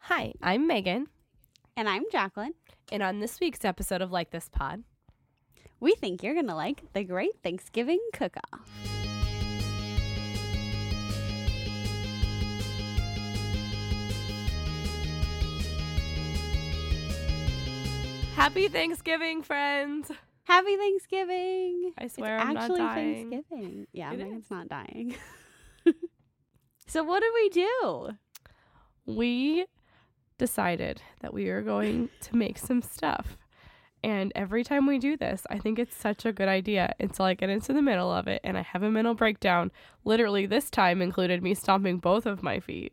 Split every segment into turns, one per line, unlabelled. Hi, I'm Megan,
And I'm Jacqueline.
and on this week's episode of Like This Pod,
We think you're going to like the Great Thanksgiving Cook Off.
Happy Thanksgiving, friends!
Happy Thanksgiving.
I swear
it's
I'm not
actually
dying.
Thanksgiving. Yeah,
It
Megan's not dying. so, what did we do?
We decided that we are going to make some stuff. And every time we do this, I think it's such a good idea until I get into the middle of it and I have a mental breakdown. Literally, this time included me stomping both of my feet.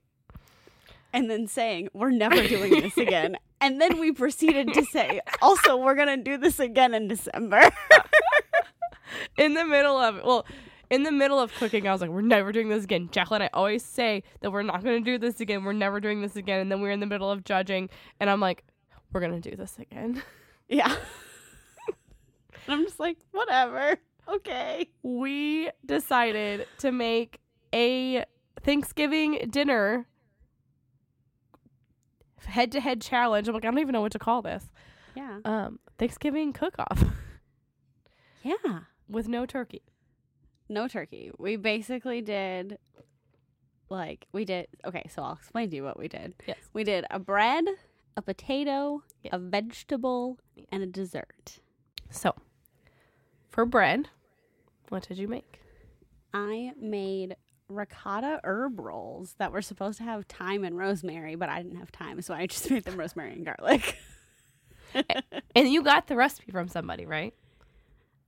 And then saying, we're never doing this again. And then we proceeded to say, also, we're going to do this again in December.
in the middle of it. Well, in the middle of cooking, I was like, "We're never doing this again." Jacqueline, I always say that we're not going to do this again. We're never doing this again. And then we we're in the middle of judging, and I'm like, "We're going to do this again."
yeah. and I'm just like, whatever. Okay.
We decided to make a Thanksgiving dinner head-to-head challenge. I'm like, I don't even know what to call this.
Yeah.
Um, Thanksgiving cook-off
Yeah.
with no turkey.
no turkey. We basically did like we did okay, so I'll explain to you what we did.
Yes.
We did a bread, a potato,
Yes.
a vegetable, and a dessert.
So, for bread, what did you make?
I made ricotta herb rolls that were supposed to have thyme and rosemary, but I didn't have thyme, so I just made them rosemary and garlic.
And you got the recipe from somebody, right?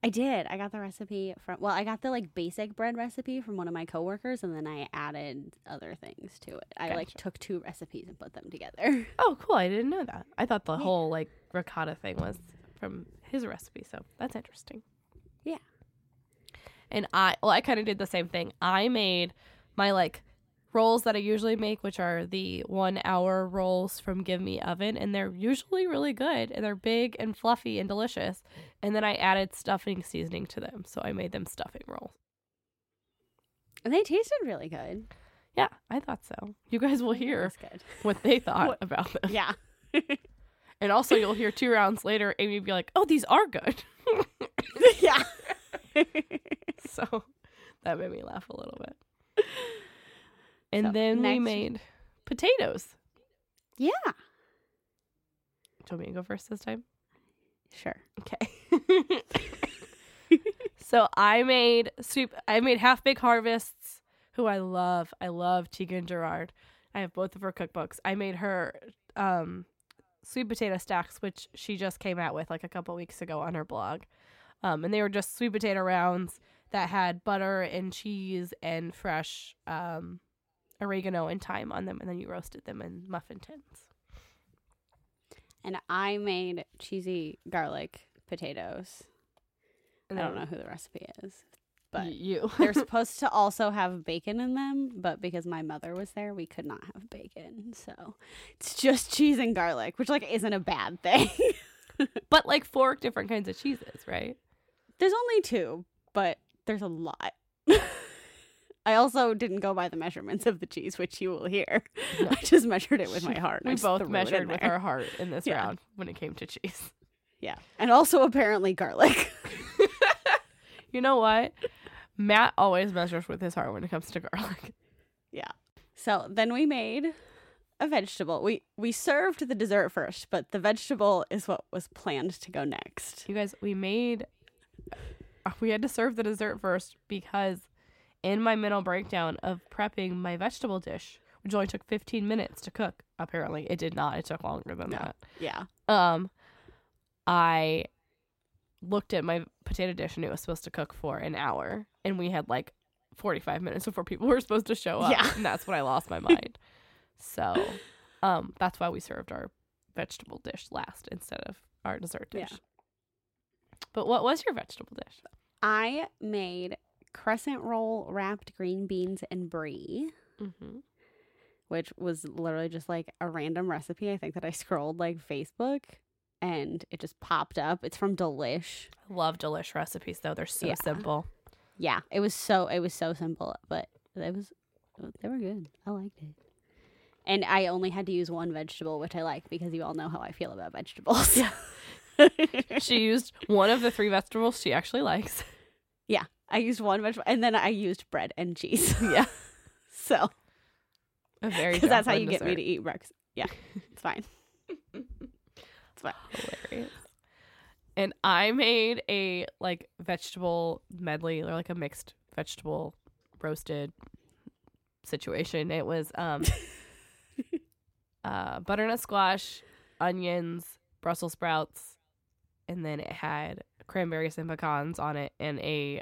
I did. I got the recipe from well, I got the like basic bread recipe from one of my coworkers and then I added other things to it. I like
Gotcha.
took two recipes and put them together.
Oh, cool. I didn't know that. I thought the whole like ricotta thing was from his recipe. So that's interesting.
Yeah.
And I, well, I kind of did the same thing. I made my like rolls that I usually make, which are the one hour rolls from Give Me Oven. And they're usually really good and they're big and fluffy and delicious. And then I added stuffing seasoning to them. So I made them stuffing rolls.
And they tasted really good.
Yeah, I thought so. You guys will hear
That's good.
what they thought
What-
about them.
Yeah.
And also, you'll hear two rounds later, Amy be like, "Oh, these are good."
yeah.
so that made me laugh a little bit. And
So,
then we
next-
made potatoes.
yeah.
Do you want me to go first this time?
Sure.
Okay. so I made soup. I made half baked harvests, who I love. I love Tegan Gerard. I have both of her cookbooks. I made her um, sweet potato stacks, which she just came out with like a couple weeks ago on her blog. Um, and they were just sweet potato rounds that had butter and cheese and fresh um, oregano and thyme on them, and then you roasted them in muffin tins.
And I made cheesy garlic potatoes.
And
I
then
don't know who the recipe is, but
y- you.
they're supposed to also have bacon in them, but because my mother was there, we could not have bacon. So it's just cheese and garlic, which like isn't a bad thing.
but like four different kinds of cheeses, right?
there's only two, but there's a lot. I also didn't go by the measurements of the cheese, which you will hear.
No.
I just measured it with my heart. and I
We
just
both
threw it in
measured with
there.
our heart in this
Yeah.
round when it came to cheese.
Yeah. And also apparently garlic.
You know what? Matt always measures with his heart when it comes to garlic.
So then we made a vegetable. We we served the dessert first, but the vegetable is what was planned to go next.
You guys, we made uh, we had to serve the dessert first because in my mental breakdown of prepping my vegetable dish, which only took 15 minutes to cook, apparently it did not. It took longer than
No.
that.
Yeah.
um i looked at my potato dish and it was supposed to cook for an hour and we had like 45 minutes before people were supposed to show up
Yeah.
and that's when i lost my mind so um that's why we served our vegetable dish last instead of our dessert
Yeah.
dish but what was your vegetable dish
I made crescent roll wrapped green beans and brie,
mm-hmm.
which was literally just like a random recipe. I think that I scrolled like Facebook and it just popped up. It's from Delish.
love delish recipes though they're so
Yeah.
simple
Yeah, it was so it was so simple, but it was they were good. I liked it. And I only had to use one vegetable, which I like because you all know how I feel about vegetables.
Yeah. she used one of the three vegetables she actually likes.
I used one vegetable and then I used bread and cheese.
Yeah.
So,
A very
because that's how you
Jocelyn
get
dessert.
me to eat breakfast. Yeah. It's fine. it's fine.
hilarious. And I made a like vegetable medley or like a mixed vegetable roasted situation. It was um uh butternut squash, onions, Brussels sprouts, and then it had cranberries and pecans on it and a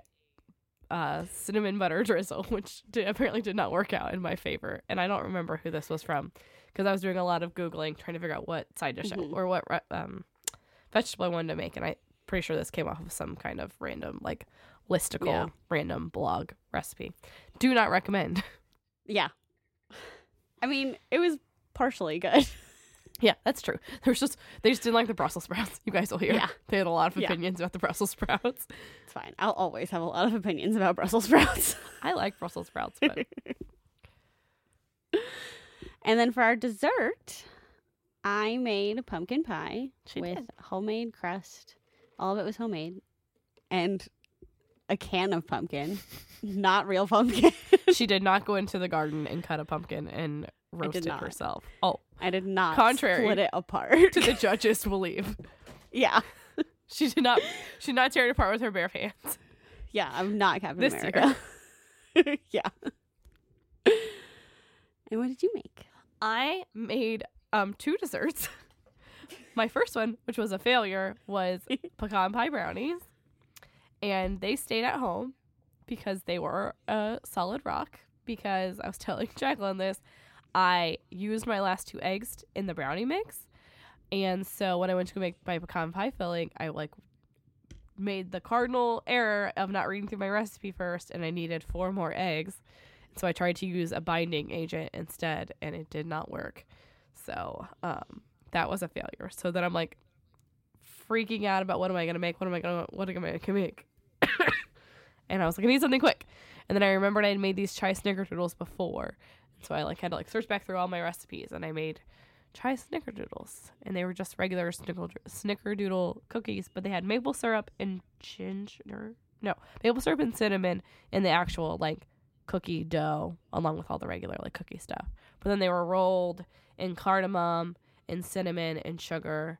uh, cinnamon butter drizzle, which did, apparently did not work out in my favor. And I don't remember who this was from because I was doing a lot of Googling trying to figure out what side dish I-
Mhm.
or what re- um, vegetable I wanted to make. And i pretty sure this came off of some kind of random, like, listicle,
Yeah.
random blog recipe. Do not recommend.
Yeah. I mean, it was partially good.
yeah, that's true. There's just, they just didn't like the Brussels sprouts. You guys will hear.
Yeah.
They had a lot of
Yeah.
opinions about the Brussels sprouts.
It's fine. I'll always have a lot of opinions about Brussels sprouts.
I like Brussels sprouts, but
and then for our dessert, I made pumpkin pie
She
with
did.
homemade crust. All of it was homemade. And a can of pumpkin, not real pumpkin.
she did not go into the garden and cut a pumpkin and roast it
not.
herself. Oh,
I did not
Contrary
split it apart.
to the judge's believe.
yeah.
She did not. She did not tear it apart with her bare hands.
Yeah, I'm not Captain
This
America. yeah. And what did you make?
I made um two desserts. My first one, which was a failure, was pecan pie brownies, and they stayed at home because they were a solid rock. Because I was telling Jacqueline this, I used my last two eggs in the brownie mix, and so when I went to go make my pecan pie filling, I like made the cardinal error of not reading through my recipe first, and I needed four more eggs. So I tried to use a binding agent instead, and it did not work. So um, that was a failure. So then I'm like freaking out about what am I gonna make? What am I gonna what am I gonna make? and I was like, I need something quick. And then I remembered I had made these chai snickerdoodles before, so I like had to like search back through all my recipes, and I made chai snickerdoodles, and they were just regular snickerd- snickerdoodle cookies, but they had maple syrup and ginger. No, maple syrup and cinnamon in the actual like cookie dough along with all the regular like cookie stuff. But then they were rolled in cardamom and cinnamon and sugar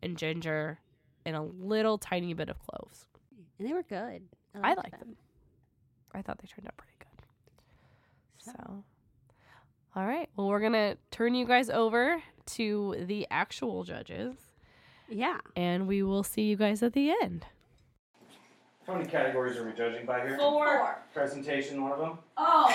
and ginger and a little tiny bit of cloves.
And they were good.
I liked them. I thought they turned out pretty good.
So-
So all right. Well we're gonna turn you guys over to the actual judges
Yeah.
and we will see you guys at the end.
How many categories are we judging by here?
Four.
Presentation, one of them?
Oh,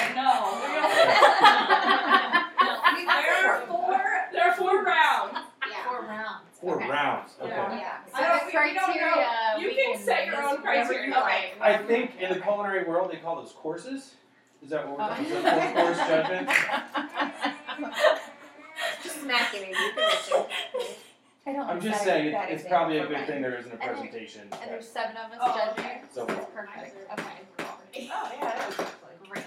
no. There are four, there are four rounds.
Four rounds.
Four
okay.
rounds, okay.
Yeah.
I don't- we- we don't know. You
we
can set your own
list whatever you
criteria.
like.
I think in the culinary world, they call those courses. Is that what we're, is that four course judgment?
Just smack it in your position.
I don't
I'm
think that-
just saying,
that
it's
is
probably a
for
good
mine.
thing there isn't a
there-
presentation.
And there's seven of us
Oh,
judging.
okay.
So
It's
far.
perfect. Okay.
Oh, yeah.
Great.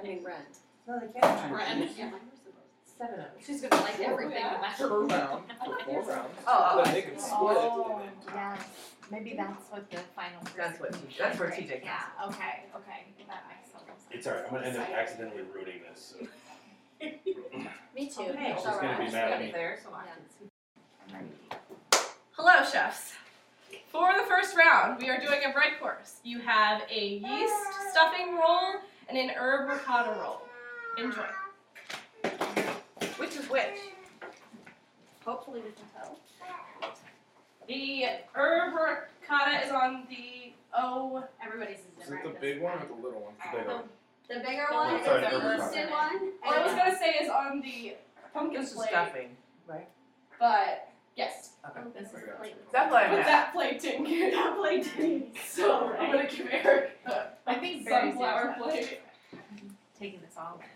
I mean, Brent.
No, they can't.
Brent.
Seven of them.
She's gonna like everything. no matter-
Per round, so four rounds.
Oh.
But they could split it
Oh,
and then.
Yes, maybe that's what the final.
That's what
presentation
that's what
is, right?
TJ
Yeah, okay, okay, that makes total sense.
It's all right, I'm gonna end up accidentally ruining this, so.
Me too.
Okay.
She's
It's
gonna
alright.
be mad at me.
There, so I
Yeah.
can see.
Hello, chefs. For the first round, we are doing a bread course. You have a
Ah.
yeast stuffing roll and an herb ricotta roll. Enjoy. Which is which?
Hopefully we can tell.
The herb ricotta is on the oh, O.
Everybody's is
Is
different.
it the big one or the little one?
They don't-
The bigger one is
Sorry,
the
herb ricotta.
roasted one.
What I was
and-
gonna say is on the pumpkin
This is
plate,
stuffing, right?
but yes,
Oh, This is plate.
That's what
but
I'm at.
that plate didn't get that plate didn't. So I'm gonna give Eric a
I think Barry's
sunflower
doing
plate.
Mm-hmm.
Taking this all in.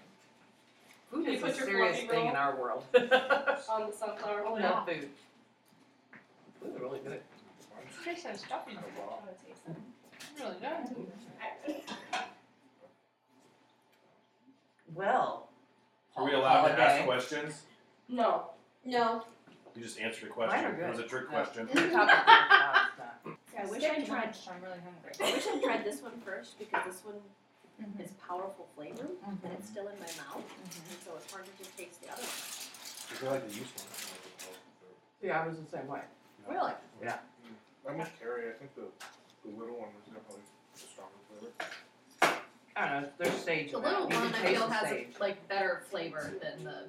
Food
You
is
put
a
your
serious
fluffy
thing
roll.
in our world.
on the sunflower
Oh,
oil.
No food. Ooh, really good.
Tastes like stuffing.
Really good.
Well,
Are we allowed to ask
Holiday.
questions?
No.
No.
You just answered a question.
Mine are
It was a
good.
trick
Oh.
question.
No, it's not.
Yeah, I wish
Skip
I
to
tried.
lunch, I'm really hungry.
I wish I tried this one first because this one
Mhm.
is powerful flavor and
Mhm.
it's still in my mouth, and so it's hard to just taste the other one.
Is there like a useful? one?
See, I was the same way.
Really?
Yeah.
I'm with Carrie. I think the, the little one was definitely the stronger flavor.
I don't know, there's stage
The
of that.
little
You can
one I
taste
feel
the
has a,
stage.
like better flavor than the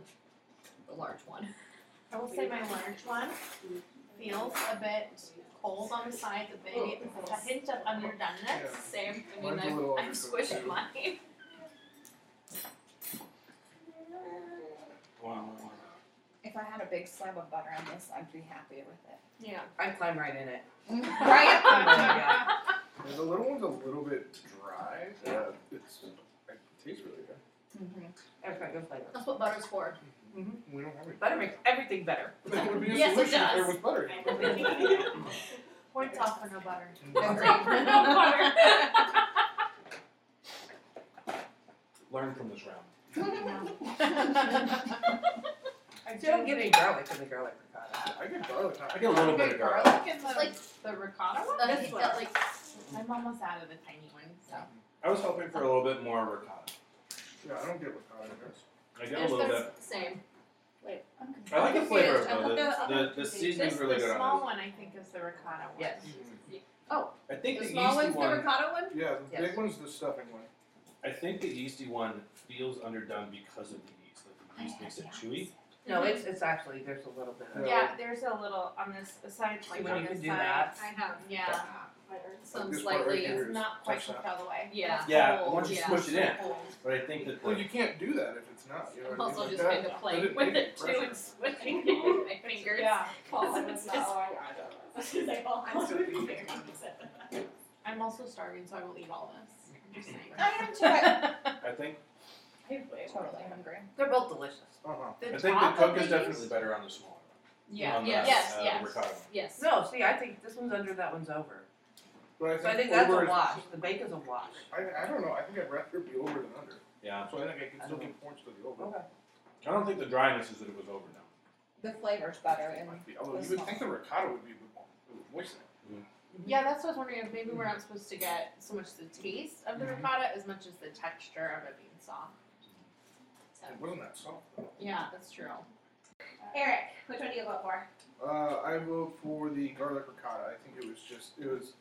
the large one.
I will say my large one feels a bit cold on the sides, a bit hint of underdoneness.
Yeah.
Same. I mean,
Mine's a
I've,
little
I've
undercooked,
squished
too.
mine.
Wow, wow, wow.
If I had a big slab of butter on this, I'd be happy with it.
Yeah.
I'd climb right in it.
Right?
Yeah.
Yeah, the little one's a little bit dry. Yeah. It's it tastes really good.
Mm-hmm.
That's my good flavor.
That's what butter's for.
Mm-hmm.
We don't have any.
Butter makes everything better.
That would be a
Yes, it
solution if
does.
there was butter.
Points off for no butter.
For no butter.
Learn from this round.
I don't get any garlic in the garlic ricotta.
I get garlic.
I get a little bit
Okay,
of garlic.
garlic in the,
Like-
the ricotta one?
Uh,
This
he's
one.
got like
My mom was out of the tiny one, so.
I was hoping for a little bit more ricotta.
Yeah, I don't get ricotta. in this.
I get a
there's
little bit.
the same.
I'm confused.
I like the
I'm
flavor
confused. I
of
thought
the- the-
other-
the seasoning's
this-
really
the
good on
small
this.
one, I think, is the ricotta one. Oh,
Yes.
I think
The
the,
small
yeasty
one's the
one.
ricotta one?
Yeah, the
Yes.
big one's the stuffing one.
I think the yeasty one feels underdone because of the yeast. Like the yeast makes it chewy.
No, it's, it's actually, there's a little bit of.
Yeah,
Yeah.
there's a little on this side,
See,
like
when
on
you
this
can do
side.
that.
I have, yeah.
Some
this part right
slightly.
here.
It's not quite
Touch that.
cooked all the way.
Yeah.
Yeah,
Cold,
once you
yeah.
squish it in.
Cold.
But I think that
Well,
the,
you can't do that if it's not. You know
I'm
what I mean?
also
Like
just
that-
kind of
that
playing
is
with
big
it too
pressure.
and switching it with my fingers.
Yeah.
It's just-
I'm so hungry. I'm also starving, so I will eat all this. I'm just saying.
I am too.
I think
Totally hungry.
They're both delicious.
Uh-huh.
The
I think the
top
cook
of
is
these-
definitely better on the smaller one.
Yeah.
On the,
Yes,
uh,
yes.
ricotta one.
Yes.
No, see, I think this one's under, that one's over.
But I
So I think
think
that's
over
a
is-
wash. The bacon's a wash.
I, I don't know. I think I'd rather be over than under.
Yeah.
So I think I can
I
still
don't
get points to the over.
Okay.
I don't think the dryness is that it was over now.
The flavor's better and
Might be- Although you would think the ricotta would be would voice it.
Mm-hmm.
Mm-hmm.
yeah, that's what I was wondering if maybe we're not supposed to get so much the taste of the
Mm-hmm.
ricotta as much as the texture of it being soft.
It wasn't that soft though.
Yeah, that's true.
Eric, which one do you go for?
Uh, I vote for the garlic ricotta. I think it was just it was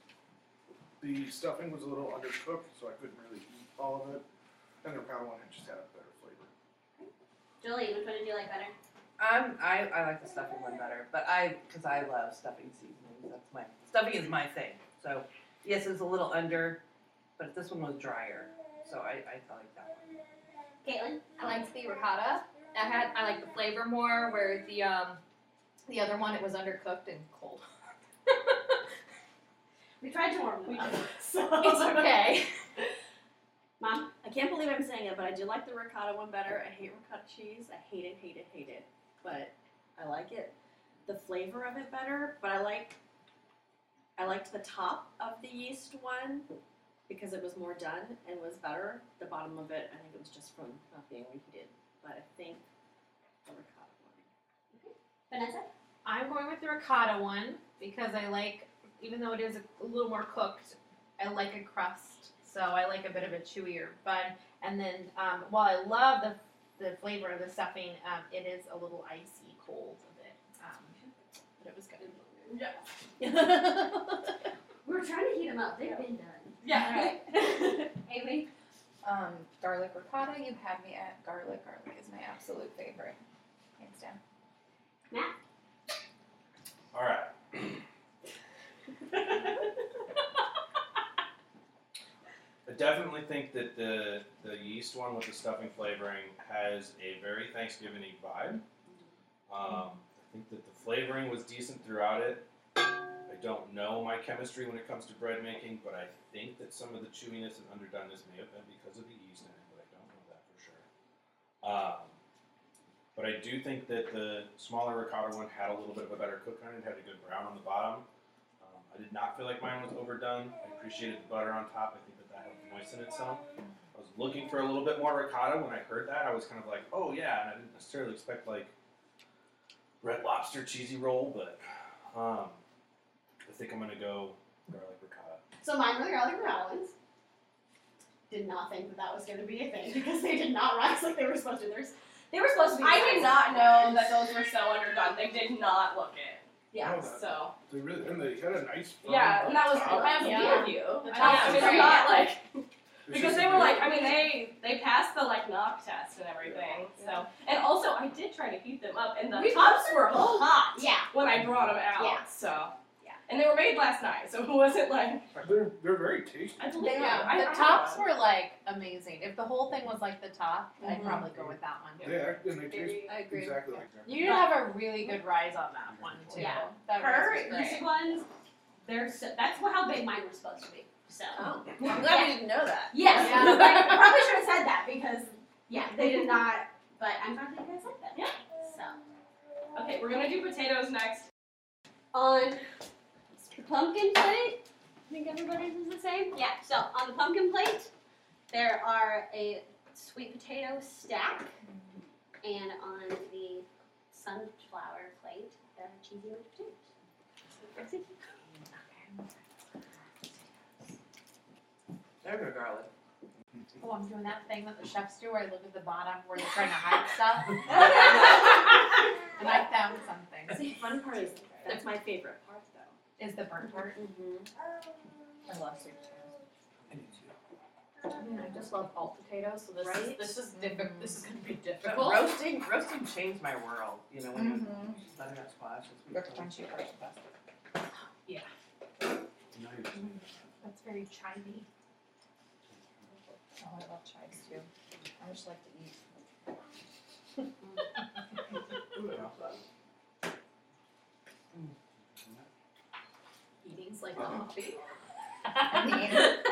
the stuffing was a little undercooked, so I couldn't really eat all of it. And the ricotta one had just had a better flavor.
Julie, which one did you like better?
I'm, I, I like the stuffing one better, but I, because I love stuffing seasonings. That's my, stuffing is my thing. So, yes, it's a little under, but this one was drier. So I, I felt like that one.
Caitlin, I liked the ricotta. I had I like the flavor more where the um the other one it was undercooked and cold.
We tried to warm
them
them
up,
up.
It's okay. Mom, I can't believe I'm saying it, but I do like the ricotta one better. I hate ricotta cheese. I hate it, hate it, hate it. But I like it, the flavor of it better. But I like, I liked the top of the yeast one because it was more done and was better. The bottom of it, I think it was just from not being reheated. But I think the ricotta one. Vanessa,
I'm going with the ricotta one because I like, even though it is a, a little more cooked, I like a crust, so I like a bit of a chewier bun. And then um, while I love the the flavor of the stuffing, um, it is a little icy cold a bit, um, but it was good.
we were trying to heat them up. They've been done.
Yeah.
Amy.
Um, garlic ricotta, you had me at garlic. Garlic is my absolute favorite. Hands down.
All right. I definitely think that the the yeast one with the stuffing flavoring has a very Thanksgiving vibe. Um, I think that the flavoring was decent throughout it. I don't know my chemistry when it comes to bread making, but I think that some of the chewiness and underdoneness may have been because of the yeast in it, but I don't know that for sure. Um, but I do think that the smaller ricotta one had a little bit of a better cook on it. Had a good brown on the bottom. Um, I did not feel like mine was overdone. I appreciated the butter on top. I think that that helped moisten it some. I was looking for a little bit more ricotta. When I heard that, I was kind of like, oh yeah, and I didn't necessarily expect like red lobster cheesy roll, but um, I think I'm gonna go garlic ricotta.
So mine were the garlic Rollins. Did not think that that was going to be a thing because they did not rise like they were supposed to. There's, they were supposed to be.
I did not know Oh, that those were so underdone. They did not look it.
Yeah.
No, that-
So
They really, and they had a nice. firm
yeah, and that was
top.
I have
Yeah.
to be with
The
you. And
top
I
was
was
great.
not like
It's
because
just
they
a
were like
big-
I mean they they passed the like knock test and everything. So and also I did try to heat them up and the
We-
tops were hot
Yeah.
when I brought them out.
Yeah.
So
Yeah.
and they were made last night, so it wasn't like
They're, they're very tasty.
I believe
They
yeah,
were-
I,
the
I
tops were like amazing. If the whole thing was like the top, I'd
Mhm.
probably go with that one.
They act and they taste
I agree.
exactly like them.
You did have a really good rise on that one too.
Yeah.
That
Her
rise was
these
great.
ones, they're so, that's how big mine were supposed to be. So.
Oh.
I'm glad we didn't know that.
Yes,
Yeah.
I probably should have said that because yeah, they did not. But I'm glad that you guys like that.
Yeah.
So
Okay, we're gonna do potatoes next.
on the pumpkin plate, I think everybody's is the same. Yeah. So on the pumpkin plate, there are a sweet potato stack, and on the sunflower plate, there are cheesy mashed potatoes. That's it.
There go garlic.
Oh, I'm doing that thing that the chefs do where I look at the bottom where they're trying to hide stuff. and I found something.
See, fun part is that's my favorite part though.
Is the burnt part. I love sweet potatoes. I just love all potatoes, so this
Right?
is this is diffi- this is gonna be
But
difficult.
roasting, roasting changed my world. You know, when
Mm-hmm.
you just butternut squash and sweet potato.
Mm-hmm.
That's very chimey. Oh, I love chives too. I just like to eat. Eating's like a hobby.
I mean,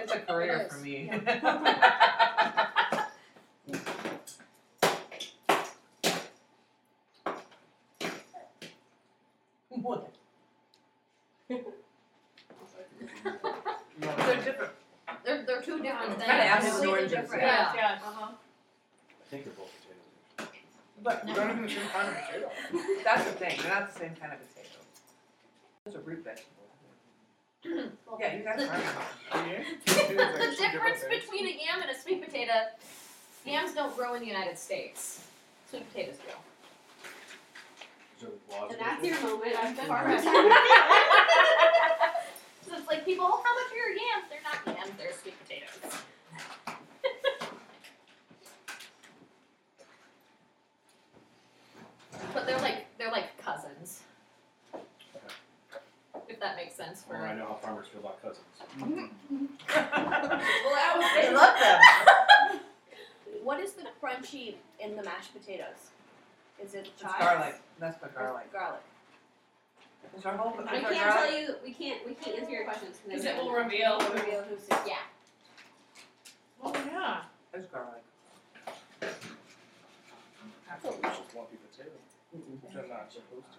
It's a career
It
for
is,
me. What? They're different.
They're they're two different things.
Kind of apples and
Um, Completely
oranges.
different.
Yeah.
Yeah. Uh-huh.
I think they're both potatoes.
But
They're not even the same kind of potato.
that's the thing, they're not the same kind of potato. It's a root vegetable. Yeah, you guys are.
The difference between a yam and a sweet potato, yams don't grow in the United States. Sweet potatoes do.
And that's your moment. I'm the farmer.
So it's like people, oh, how much are your yams? They're not yams, they're sweet potatoes. but they're like they're like cousins. If that makes sense for
Or Oh, I know how farmers feel about cousins.
Well, I was
They love them.
What is the crunchy in the mashed potatoes? Is it
It's
chives?
garlic, that's the
Or is
garlic.
it garlic.
Is our whole, is
We
our
can't
garlic,
tell you. We can't. We can't answer your questions
Because it will reveal
It will reveal who's who. Yeah.
oh yeah.
it's garlic.
I thought it was just lumpy potato, which I'm not supposed to.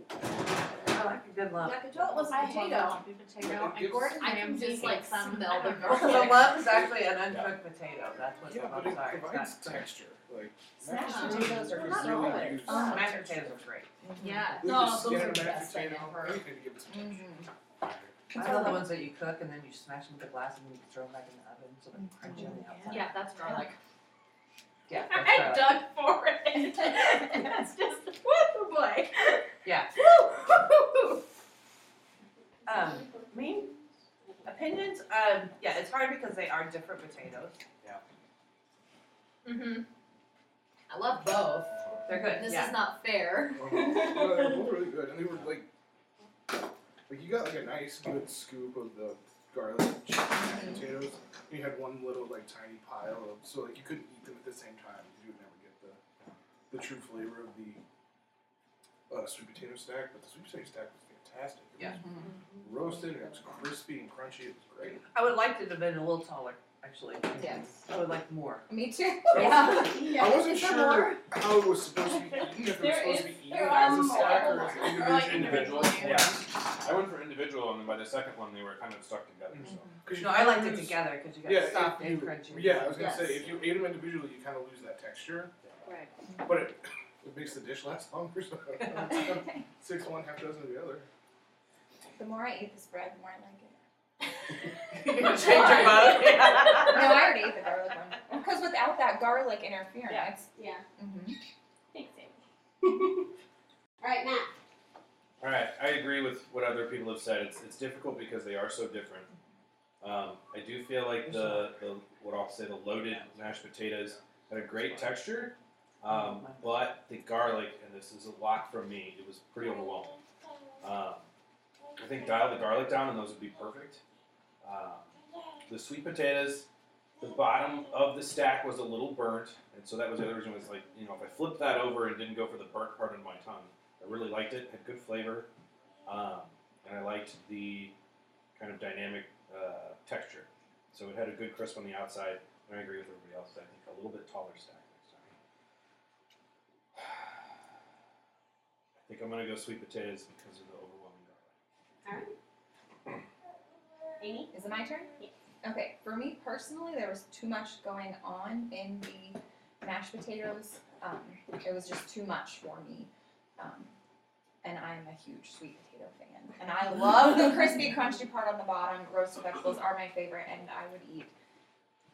I like a good lump.
Well, it was
I
potato.
love potato.
And Gordon
I can just like smell the
So
garlic.
the lump is actually an uncooked potato, that's what the
Yeah, but
lumps
it
are. It's
provides
not-
texture, like.
Smashed
mashed
potatoes are
is
good.
really
Not
used.
always.
Mashed potatoes are great.
Yeah.
With
No,
the
those
skin
are
of
the
mashed
best I
potato,
ever.
anything to give it some texture.
Mm-hmm.
I love the ones that you cook and then you smash them with a glass and you throw them back in the oven, so they're crunchy on the outside.
Yeah, that's garlic.
Yeah, that's
I
garlic.
dug for it. That's just
oh
woo boy.
Yeah. Um, mean opinions, um, yeah, it's hard because they are different potatoes.
Mm-hmm. I love both.
They're good,
This
yeah.
is not fair.
No, they were Oh, really good, and they were like, like you got like a nice good scoop of the garlic cheese and potatoes. And you had one little like tiny pile of, so like you couldn't eat them at the same time because you would never get the the true flavor of the uh, sweet potato stack. But the sweet potato stack was fantastic. It
Yeah.
Mm-hmm.
was roasted and it was crispy and crunchy. It was great.
I would like it to have been a little taller, actually.
Yes.
I would like more.
Me too.
Yeah.
Yeah.
I wasn't sure how it was supposed to be eaten. If it was
There is-
supposed to be eaten
there
as
are
a stack or
more.
as an
Or,
individual.
like,
individual.
Yeah. I went for individual on and by the second one they were kind of stuck together. So.
Because
No, I liked it together because you got
Yeah,
soft
if
and
you-
crunchy.
Yeah, I was gonna
Yes.
say if you ate them individually, you kind of lose that texture,
Right.
but it, it makes the dish last longer. So six one, half dozen of the other.
The more I ate this bread, the more I like it.
You change your mode.
No, I already ate the garlic one. Because without that garlic interference,
Yeah. Yeah.
mhm.
Thanks, Amy.
Right now.
All right, I agree with what other people have said. It's, it's difficult because they are so different. Um, I do feel like the, the what I'll say the loaded mashed potatoes had a great texture, um, but the garlic and this is a lot from me. It was pretty overwhelming. Um, I think dial the garlic down and those would be perfect. Um, the sweet potatoes, the bottom of the stack was a little burnt, and so that was the other reason was like you know if I flipped that over and didn't go for the burnt part in my tongue. I really liked it. Had good flavor, um, and I liked the kind of dynamic uh, texture. So it had a good crisp on the outside. And I agree with everybody else. I think a little bit taller stack next time. I think I'm gonna go sweet potatoes because of the overwhelming garlic.
Amy?
Is it my turn?
Yes.
Okay, for me personally, there was too much going on in the mashed potatoes. Um, it was just too much for me. Um, and I'm a huge sweet potato fan. And I love the crispy, crunchy part on the bottom. Roasted vegetables are my favorite, and I would eat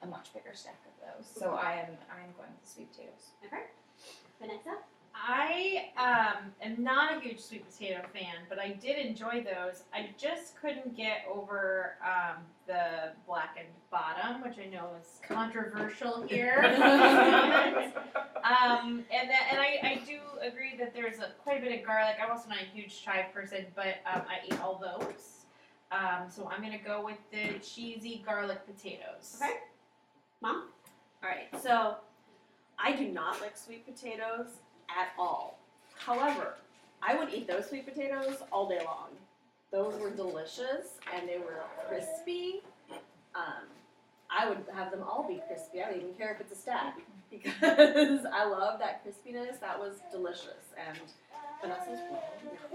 a much bigger stack of those. So I am I am going with the sweet potatoes.
Vanessa?
I um, am not a huge sweet potato fan, but I did enjoy those. I just couldn't get over um, the blackened bottom, which I know is controversial here. um, and that, and I, I do agree that there's a, quite a bit of garlic. I'm also not a huge chive person, but um, I eat all those. Um, so I'm gonna go with the cheesy garlic potatoes.
Okay.
All right, so I do not like sweet potatoes at all. However, I would eat those sweet potatoes all day long. Those were delicious and they were crispy. Um, I would have them all be crispy. I don't even care if it's a stack because I love that crispiness. That was delicious and Vanessa's wrong.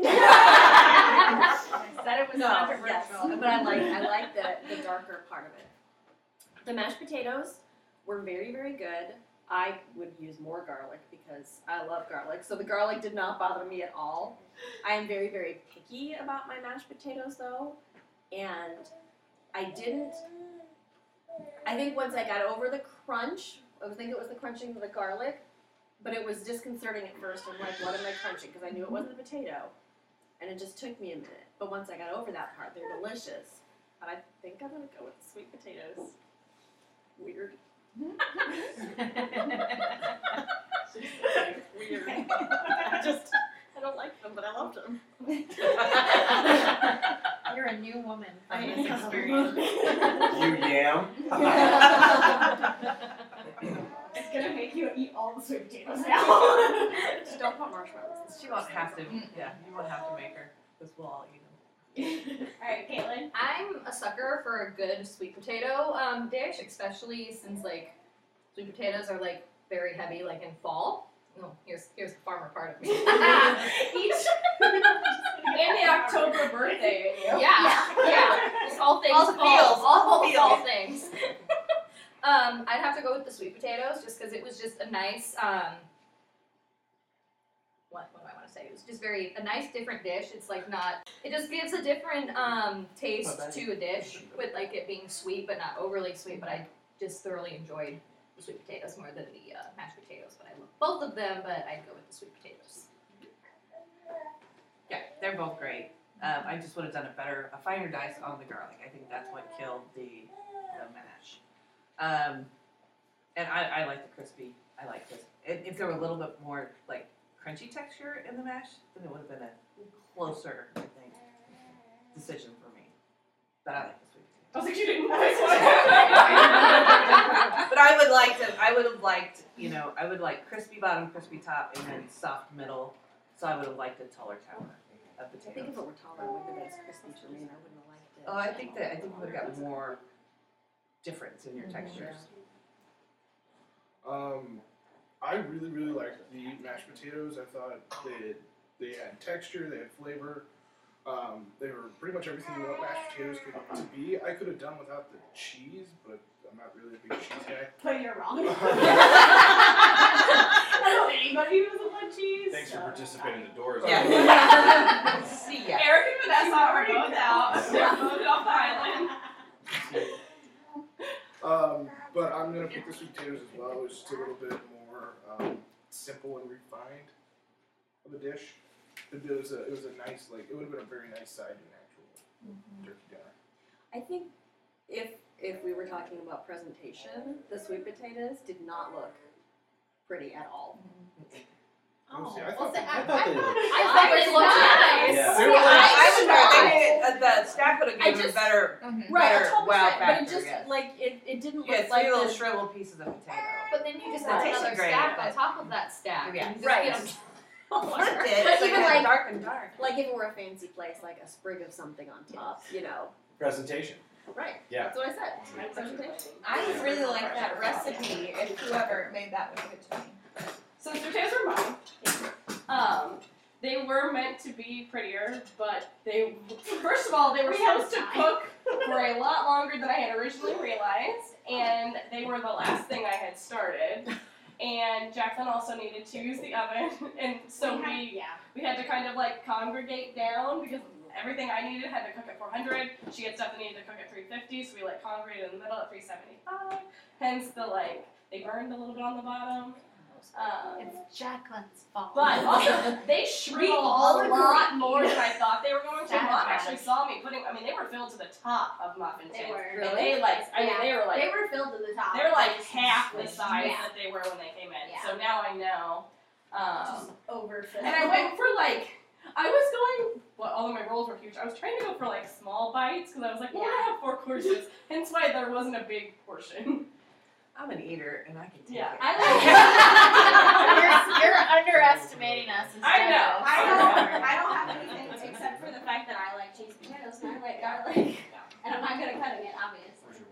I said it was
no, yes,
controversial.
but I like I like the, the darker part of it. The mashed potatoes were very very good. I would use more garlic because I love garlic, so the garlic did not bother me at all. I am very very picky about my mashed potatoes though, and I didn't. I think once I got over the crunch, I think it was the crunching of the garlic, but it was disconcerting at first. I'm like, what am I crunching? Because I knew it wasn't a potato and it just took me a minute. But once I got over that part, they're delicious. But I think I'm gonna go with sweet potatoes. Weird. Weird. just I don't like them, but I loved them.
You're a new woman from
I
this
know.
experience.
You yam.
It's gonna make you eat all the sweet potatoes now. just don't put marshmallows.
She won't have to. Yeah, you won't have to make her because we'll all eat them.
All right, Caitlin.
I'm a sucker for a good sweet potato um, dish, especially since like sweet potatoes are like very heavy, like in fall. Oh, here's here's the farmer part of me. Each
And the October birthday in
yeah,
you.
yeah, just all things
All the
fall,
feels,
all,
all the
all, all things. um, I'd have to go with the sweet potatoes just because it was just a nice um. What, what do I want to say? It was just very a nice different dish. It's like not. It just gives a different um taste
Oh, that
to a dish with like it being sweet but not overly sweet. But I just thoroughly enjoyed the sweet potatoes more than the uh, mashed potatoes. But I love both of them. But I'd go with the sweet potatoes.
Yeah, they're both great. Um, I just would have done a better, a finer dice on the garlic. I think that's what killed the the mash. Um, and I, I like the crispy. I like this. If, if there were a little bit more like crunchy texture in the mash, then it would have been a closer, I think, decision for me. But I like the sweet potato.
I was like, you didn't
but I would like to. I would have liked, you know, I would like crispy bottom, crispy top, and then soft middle. So I would have liked a taller tower of
I think
potatoes.
if it were taller, it would have been as crispy to me, and I wouldn't have liked it.
Oh, I think that I think we would have got more difference in your
Mm-hmm.
textures.
Um, I really really liked the mashed potatoes. I thought they they had texture, they had flavor. Um, they were pretty much everything you want mashed potatoes could be. I could have done without the cheese, but I'm not really a big cheese guy.
But you're wrong. I don't think anybody who doesn't want cheese.
Thanks for
so-
participating in the doors.
Yeah. See ya.
Eric and Vanessa are
already
both out. They're both off the island.
Um, but I'm gonna pick the sweet potatoes as well. It's just a little bit more um, simple and refined of a dish. It it was a, it was a nice like it would have been a very nice side in actual turkey dinner.
I think if if we were talking about presentation, the sweet potatoes did not look pretty at all.
Oh, see, I
well,
thought
see,
they-
I-
I thought
I
they
thought-
looked-
I thought
It's
it
Yeah.
nice.
looked nice.
They
were like, I would
tried.
have think the staff would have
I
given
just- Mm-hmm.
better,
Mhm.
Right,
better
a total
wow
set, but it
factor,
just
yes.
like it, it didn't
yeah,
look
three
like
little
this.
shriveled pieces of potato.
But then you just add
That tastes
another
great,
stack
but-
on top of that stack.
Yeah.
and you just
Right.
get 'em
Flipped
like
it,
But
so
even
you had
like-
dark and dark.
if it were a fancy place, like a sprig of something on top, you know.
Presentation.
Right.
Yeah.
That's what I said. Presentation.
I would really like that recipe if whoever made that would give it to me.
So Sir Tails are mine. Um, they were meant to be prettier, but they first of all they were supposed to cook for a lot longer than I had originally realized, and they were the last thing I had started. And Jacqueline also needed to use the oven, and so we
yeah.
we had to kind of like congregate down because everything I needed had to cook at 400. She had stuff that needed to cook at 350, so we like congregated in the middle at 375. Hence the like they burned a little bit on the bottom. Um,
It's Jacqueline's fault.
but also, they shrivel
all
a
agree.
lot more than I thought they were going to.
Sabotage.
Mom actually saw me putting. I mean, they were filled to the top of muffin
They
tins.
were.
And they like. I mean, they were like.
they were filled to the top.
They're like half the size
Yeah.
that they were when they came in.
Yeah.
So now I know. Um,
overfill.
and I went for like, I was going, well, although my rolls were huge, I was trying to go for like small bites because I was like, well, I have four courses. Hence why there wasn't a big portion.
I'm an eater and I can take
Yeah,
it.
I
you're, you're underestimating us. as
I know.
judges.
I
don't have anything except for the fact that I like cheese potatoes and I like garlic, and I'm not good at cutting it, obviously.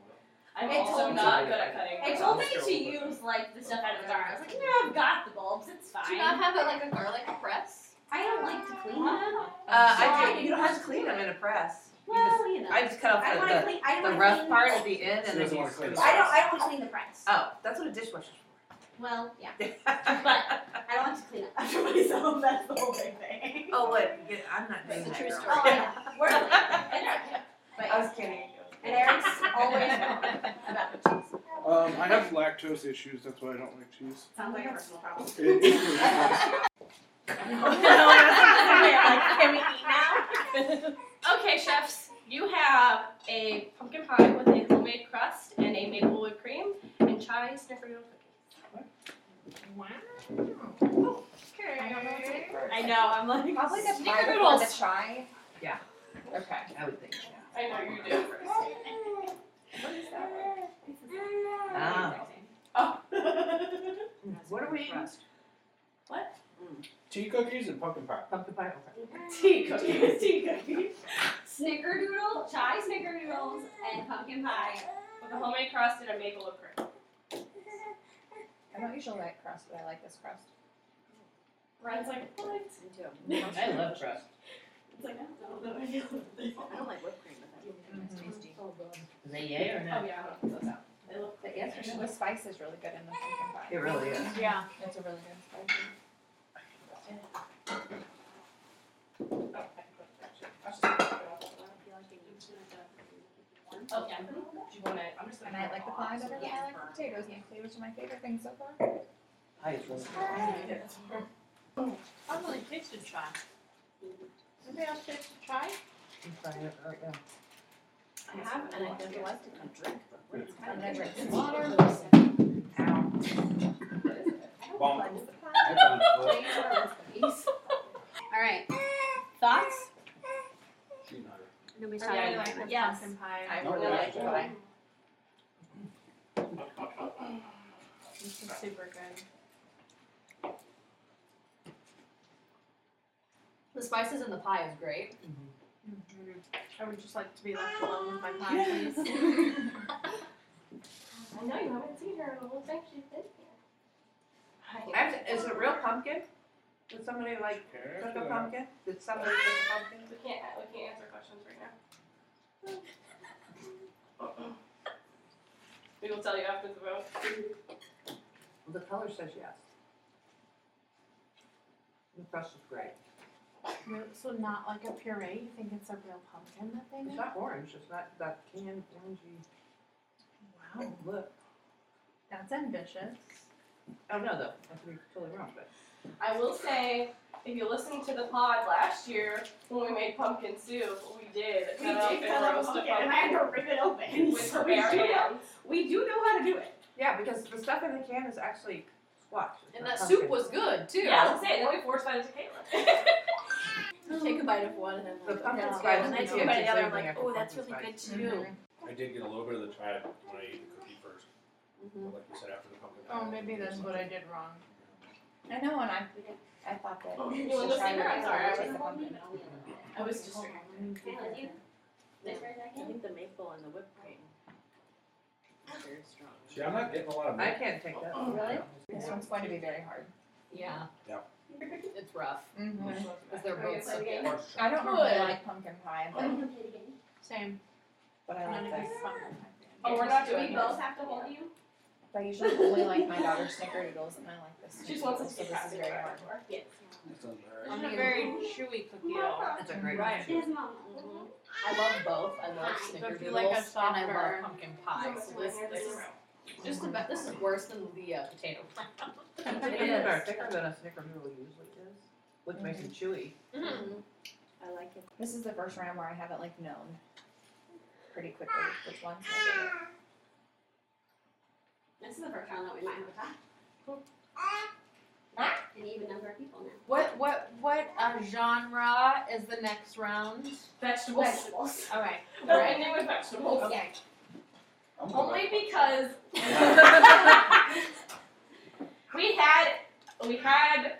I'm
They
also
told
not
me-
good at cutting.
They told me to use like the stuff out of the jar. I was like, no, I've got the bulbs. It's
Do you not
fine.
have a, like a garlic press?
I don't like to clean them.
Uh, I
Sorry,
do. You don't have to clean them in a press. You just-
Well, you know.
I just cut off
I
the,
want to clean. I
the,
don't
the
wanna
rough
clean
part
the-
at the end
She
and then
doesn't
you
want to clean the
I
scoop it.
don't. I don't want to clean the press.
Oh, that's what a dishwasher's
Well, yeah,
for.
I don't want to clean up after myself. That's the whole big thing.
oh, what? Yeah, I'm not doing
It's a
that.
true
girl.
story. Oh, yeah. We're not like that. But
I was kidding.
and Eric's always wrong about the cheese.
Um, I have lactose issues. That's why I don't like cheese.
Sounds like a personal problem.
It- it's really nice.
can we eat now?
Okay, chefs, you have a pumpkin pie with a homemade crust and a maple whipped cream and chai snickerdoodle cookies.
Wow.
Okay.
I know. I'm like
Probably the pie before
Snickerdoodles.
the try.
Yeah.
Okay.
I would think. Yeah.
I know you do.
What is that?
Ah.
Oh.
What are we eating?
Tea Mm. cookies and pumpkin pie.
Pumpkin pie.
Tea cookies, tea cookies.
Snickerdoodle, chai snickerdoodles, and pumpkin pie.
With a homemade crust and a maple whipped cream.
I don't usually like crust, but I like this crust.
Ryan's like, what?
Me too.
Okay. I love crust.
It's like, I don't know that I feel about this. I don't like Mm-hmm. whipped cream with it.
Mm-hmm.
It's tasty.
Is it yay or
Oh yeah, I'm gonna put those out. They look
But yes, the spice is really good in the pumpkin pie.
It really is.
yeah.
It's a really good spice.
Oh yeah. Do you want it? I'm just
And I like the pie better than I like the potatoes, and the potatoes are my favorite thing so far.
Pie is really good.
I'm really tasted try. Anybody else taste to try?
I'm trying it right now.
I have, and I never liked it. I drink, but when it's kind of
drink
different.
water.
Ow.
Bonk.
All right.
Thoughts?
Nobody's
Yeah, I
talking.
like the
Yes.
pumpkin pie.
I
No,
really
yeah.
like the pie.
This is super good.
The spices in the pie is great.
Mm-hmm. I would just like to be left alone with my
Ah!
pie, please. I know you haven't seen her in a little thing. She's been here.
I have to- Is it real pumpkin? Did somebody like cook a
Careful.
pumpkin? Did somebody cook a pumpkin?
We can't. We can't answer questions right now. we will tell you after the vote.
Well, The color says yes. The crust is great.
So not like a puree. You think it's a real pumpkin that they
It's
make?
not orange, it's not that canned orangey
Wow,
look.
that's ambitious.
I don't know though, I could be totally wrong, but.
I will say, if you listened to the pod last year when we made pumpkin soup, we did
We
cut up
did
and
cut up a
roast a
pumpkin, and I had to rip it open.
with
So
her
we
bare
do know-
hands.
We do know how to do it.
Yeah, because the stuff in the can is actually squash. it's
And
not
that soup
pumpkin.
was good too.
Yeah, I was saying. Then we forced fed it to Caitlin.
Take a bite of one and then
The
like,
pumpkin
yeah,
spice
and then I
is
take a bite of the
good,
other.
too.
I'm like, oh, that's really
Pumpkin
good too.
I did get a little bit of the tribe when I ate the cookie 1st
Mm-hmm.
Mhm.
Like you said, after the pumpkin.
Oh,
pie,
maybe
I
that's what I did wrong.
I know, and I, I thought that.
Oh.
You
she
wanna
tried
sing her?
to
I'm sorry, I
taste the
wasn't
pumpkin.
I was distracted.
Caitlin, Oh, you- I think the maple and the whipped cream are very strong.
See, I'm not getting a lot of
I
milk.
can't take that.
Oh,
Really?
This one's going to be very hard.
Yeah.
Yeah.
It's rough.
Mm-hmm.
Because they're
Okay,
both
so
so
again-
good.
I don't really
Good.
like pumpkin pie, but
Same.
But I
I'm
like
not a
this.
big pumpkin.
Oh, we're not doing
We
this.
both have to hold you?
I usually only like my daughter's snickerdoodles, and I like this.
She just wants us
so this
to
is
pass it
very hard.
back to her.
Yes.
That sounds all right.
I'm a very chewy cookie. though.
It's a great
Right.
one.
I love both. I love
So if you like a
and I
softer
love pumpkin pie. So this, this is just about. This is worse than the uh, potato.
These are thicker than a snickerdoodle usually is, which makes it chewy.
Mhm.
Mm-hmm. I like it.
This is the first round where I haven't like known pretty quickly which one's my favorite.
This is the first round that we might have a tie. An even number of people now.
What what what uh, genre is the next round?
Vegetables.
All right.
We're ending with vegetables.
Okay.
I'm good.
Only because we had we had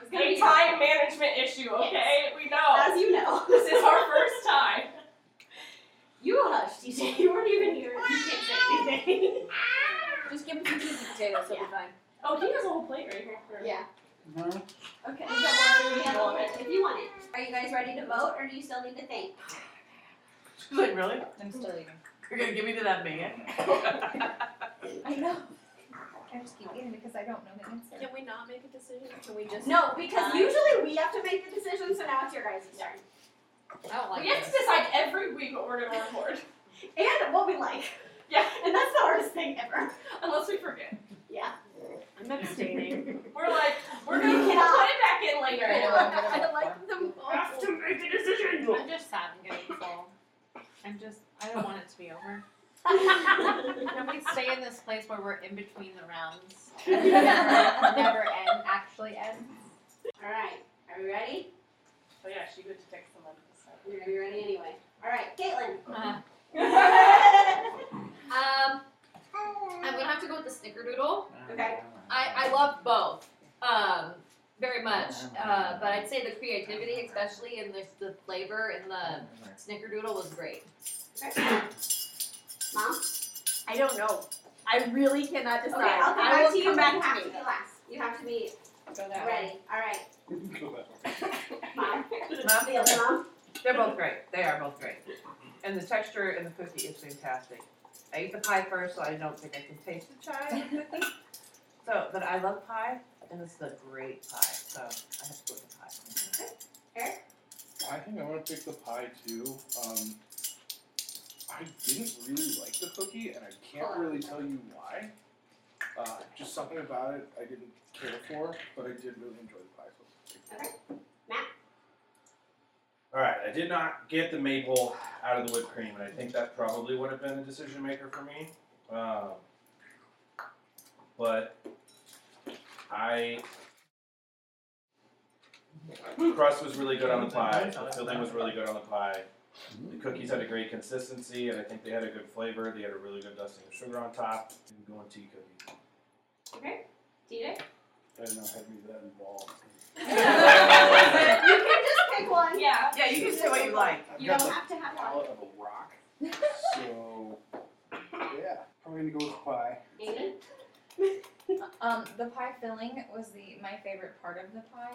It's gonna
a
be-
time management issue. Okay, we know
As you know.
this is our first time.
You hush, DJ. You weren't even here. You can't say anything.
Just give him some cheesy potatoes.
It'll be fine.
Oh, he has a whole plate right here. For
Yeah.
Mm-hmm.
Mhm.
Okay.
He's got more food
If
than you want.
you want it. Are you guys ready to vote or do you still need to think?
She's like, really?
I'm still eating.
You're gonna give me to that man?
I know. I just keep eating because I don't know the answer.
we not make a decision? Can we just?
No, because usually we have to make the decision, so now it's your guys' turn.
I don't like
We have to
this.
decide every week what we're gonna record.
And what we like.
Yeah.
And that's the hardest thing ever.
Unless we forget.
Yeah.
I'm abstaining.
We're like, we're gonna put it
Yeah.
back in later.
I know, I'm gonna
I
vote
like them all.
Have to make a decision.
I'm just sad I'm getting full. I'm just. I don't want it to be over. Can we stay in this place where we're in between the rounds? Never, never end. Actually end.
Alright, are we ready?
Oh yeah, she good to pick someone. So.
You're gonna be ready anyway. Alright, Caitlin.
Uh-huh.
Uh,
Um, I'm gonna have to go with the snickerdoodle.
Ah.
Okay.
I, I love both um, very much, uh, but I'd say the creativity, especially in the, the flavor in the snickerdoodle, was great.
Mom?
I don't know. I really cannot
Okay,
decide.
I'll come
I
back
will
to you,
come
but you
back
have
to
to
you.
be last. You have to be
Go that way.
ready. Alright, mom.
Mom?
The other mom?
They're both great. They are both great. And the texture in the cookie is fantastic. I ate the pie first, so I don't think I can taste the chai in the cookie. So, but I love pie, and this is a great pie, so I have to go with the pie.
I think I want to pick the pie too. Um, I didn't really like the cookie, and I can't really tell you why. Uh, just something about it I didn't care for, but I did really enjoy the pie. So
All right, I did not get the maple out of the whipped cream, and I think that probably would have been the decision maker for me. Um, but I crust was really good on the pie. The filling was really good on the pie. The cookies had a great consistency, and I think they had a good flavor. They had a really good dusting of sugar on top. I'm going tea cookie.
DJ?
I didn't know how to be that involved.
You can just pick one.
Yeah.
Yeah, you can say what you like.
I've
You
got
don't
the
have to have one.
palate of a rock, so yeah, probably gonna go with pie.
Aiden?
Um, the the pie filling was the my favorite part of the pie.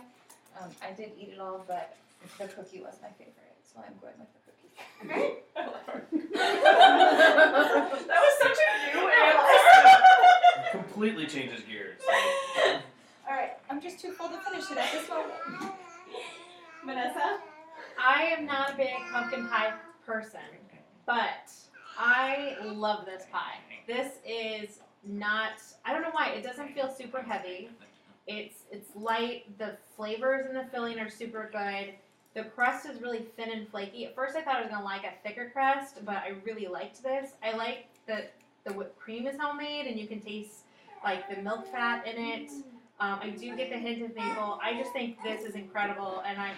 Um, I did eat it all, but the cookie was my favorite, so I'm going with the cookie.
that was such a new answer.
Completely changes gears.
All right, I'm just too full to finish it at this moment.
Vanessa?
I am not a big pumpkin pie person, but I love this pie. This is not. I don't know why it doesn't feel super heavy. It's it's light. The flavors and the filling are super good. The crust is really thin and flaky. At first, I thought I was gonna like a thicker crust, but I really liked this. I like that the whipped cream is homemade, and you can taste like the milk fat in it. Um, I do get the hint of maple. I just think this is incredible, and I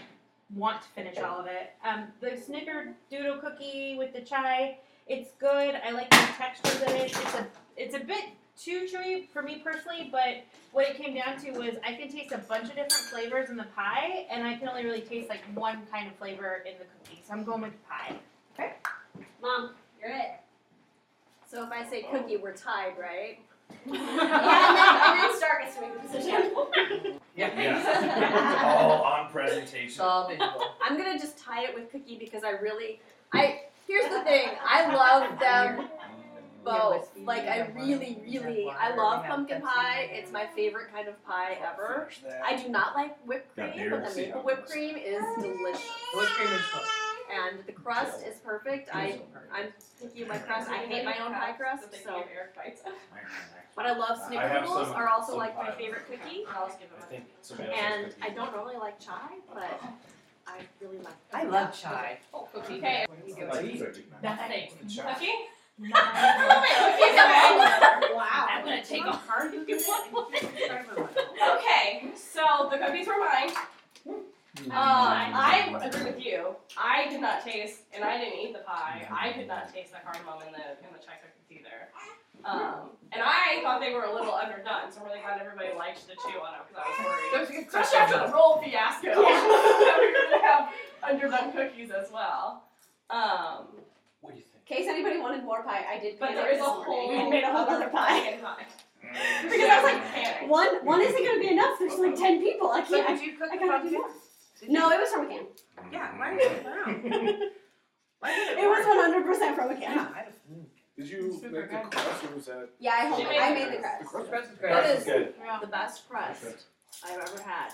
want to finish all of it. Um, the snickerdoodle cookie with the chai, it's good. I like the textures of it. It's a it's a bit too chewy for me personally, but what it came down to was I can taste a bunch of different flavors in the pie, and I can only really taste like one kind of flavor in the cookie. So I'm going with pie.
Mom, Um, you're it. So if I say cookie, we're tied, right?
Yeah,
yeah, and then, and then Stark gets to make the decision.
Yeah.
Yeah. All on presentation.
I'm gonna just tie it with cookie because I really, I here's the thing, I love them both. Like I really, really, I love pumpkin pie. It's my favorite kind of pie ever. I do not like whipped
Got
cream,
beer?
but the maple whipped cream is delicious,
The whipped cream is fun.
and the crust is perfect. I I'm picky with my crust. I hate my own pie crust, so. But I love
I have
snickerdoodles
some-
are also
some
like my
pie.
favorite cookie. I'll just give
I
them.
think somebody else has
And I
cookies.
don't normally like chai, but I really like.
I love chai.
Oh, cookie. Okay.
Oh,
I eat it.
Nothing.
Chai.
Cookie?
Wow.
I'm gonna take a hard look at one.
Okay, so the cookies were mine. Um, I agree with you. I did not taste, and I didn't eat the pie. I could not taste the cardamom in the in the chai cookies either. Um, and I thought they were a little underdone, so I'm really glad everybody liked to chew on them because I was worried, especially after the roll fiasco, that we were gonna have underdone cookies as well. Um,
What do you think?
in case anybody wanted more pie, I did.
But there is a whole.
We made a whole other pie.
fucking pie.
Because I was like, one one isn't gonna be enough. There's like ten people. I
So
can't.
did you cook
I
the
gotta do
pumpkin? Did
No,
you-
it was from a can.
Yeah, mine was brown. Why did
It was
work?
100% from a
Yeah,
can.
I just. Mm.
Did you
Super
make the
good.
crust or was that?
Yeah, I,
She
homemade,
made
I
the
made the
The
crust.
crust.
The crust is
That
great.
That's
is-
good.
The best crust I've ever had.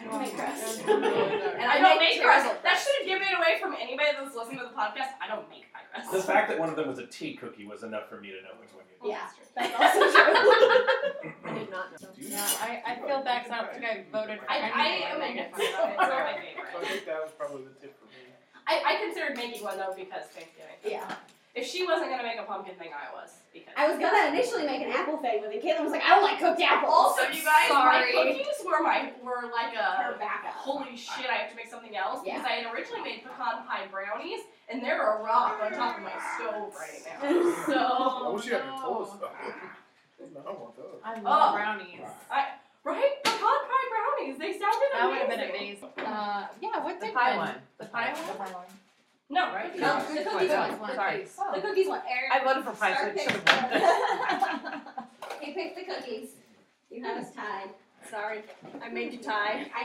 I don't make crust.
And
And
I
I
don't
make
make crust.
crust.
That should have given it away from anybody that's listening to the podcast. I don't make pie crust.
The fact that one of them was a tea cookie was enough for me to know which one you
Yeah.
That's
also true. I did not know.
I, I feel bad 'cause I don't think I voted for
I,
anyone.
I am against it. It's not my
So I
favorite.
think that was probably the tip for me.
I, I considered making one though because Thanksgiving.
Yeah.
If she wasn't gonna make a pumpkin thing, I was because.
I was gonna initially make an apple thing, but then Caitlin was like, I don't like cooked apples.
Also, you guys,
Sorry.
my cookies were my were like
Her
a
backup.
holy shit. I have to make something else
Yeah.
because I had originally made pecan pie brownies, and they're a rock on top of my stove right now. So
I wish you had your
Oh.
toes.
no.
though. No, I don't want those.
I love
Oh.
brownies.
right, pecan pie brownies. They sounded
That would
amazing.
have been amazing. Uh, yeah, what
The
did
pie
win?
one.
The pie one.
No,
Right?
cookies.
No, the cookies
That
one.
was Sorry.
The cookies went Aaron.
I voted for pie, so
Star
it should
picked-
have
He picked the cookies. You had us tied. Sorry, I made you tie. I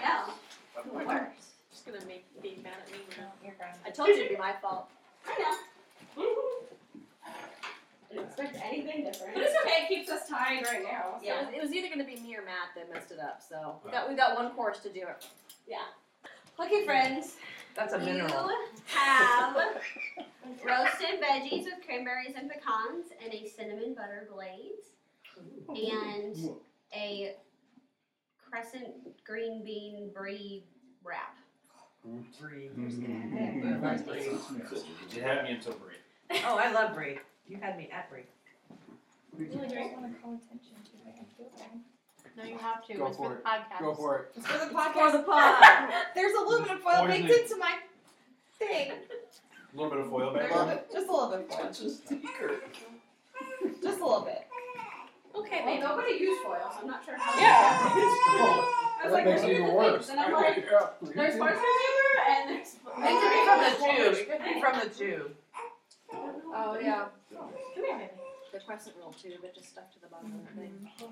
know. Just gonna make be mad at me.
No, you're grounded.
I told you it'd be my fault. I know. I didn't expect anything different.
But it's okay. It keeps us tied right now. so-
Yeah, it was either gonna be me or Matt that messed it up, so we got, we got one course to do it. Yeah. Okay, friends,
That's a mineral.
You have roasted veggies with cranberries and pecans and a cinnamon butter glaze and a crescent green bean brie wrap.
You Mm-hmm. had me until Brie.
Oh, I love brie. You had me at brie.
I just want to call attention to it. I feel bad.
No, you have to.
Go
it's
for
for the podcast.
Go for it.
It's for the
for
podcast.
the pod.
There's a little bit of foil baked
Poisoning.
into my thing.
A little bit of foil
There's
back
a little
on.
bit, just a little bit. Foil. Just a little bit.
Okay,
Well,
babe.
nobody used foil, so I'm not sure how.
Yeah.
I was
That
like,
makes
what
it
are
even
the
worse.
things? And I'm like, there's parchment paper and there's.
It could be from the tube. It could be from the tube.
Oh, yeah.
Come here, baby.
The crescent roll too, but just stuck to the bottom of the thing.
a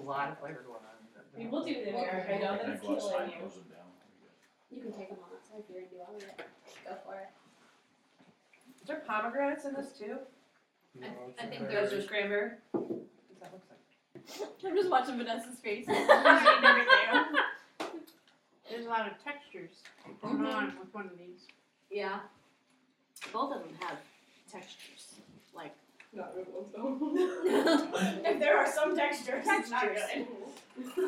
lot of flavor going on.
We will do them, Eric. I know that it's killing you.
You can take them all outside if you're gonna do all of it. Go for it.
Is there pomegranates in this too?
I think
Those
there's
are
just cranberry.
That looks like.
I'm just watching Vanessa's face. She's eating everything.
There's a lot of textures
Mm-hmm.
going on with one of these.
Yeah. Both of them have textures. Like
Not real ones,
if there are some textures, it's not
Textures.
good.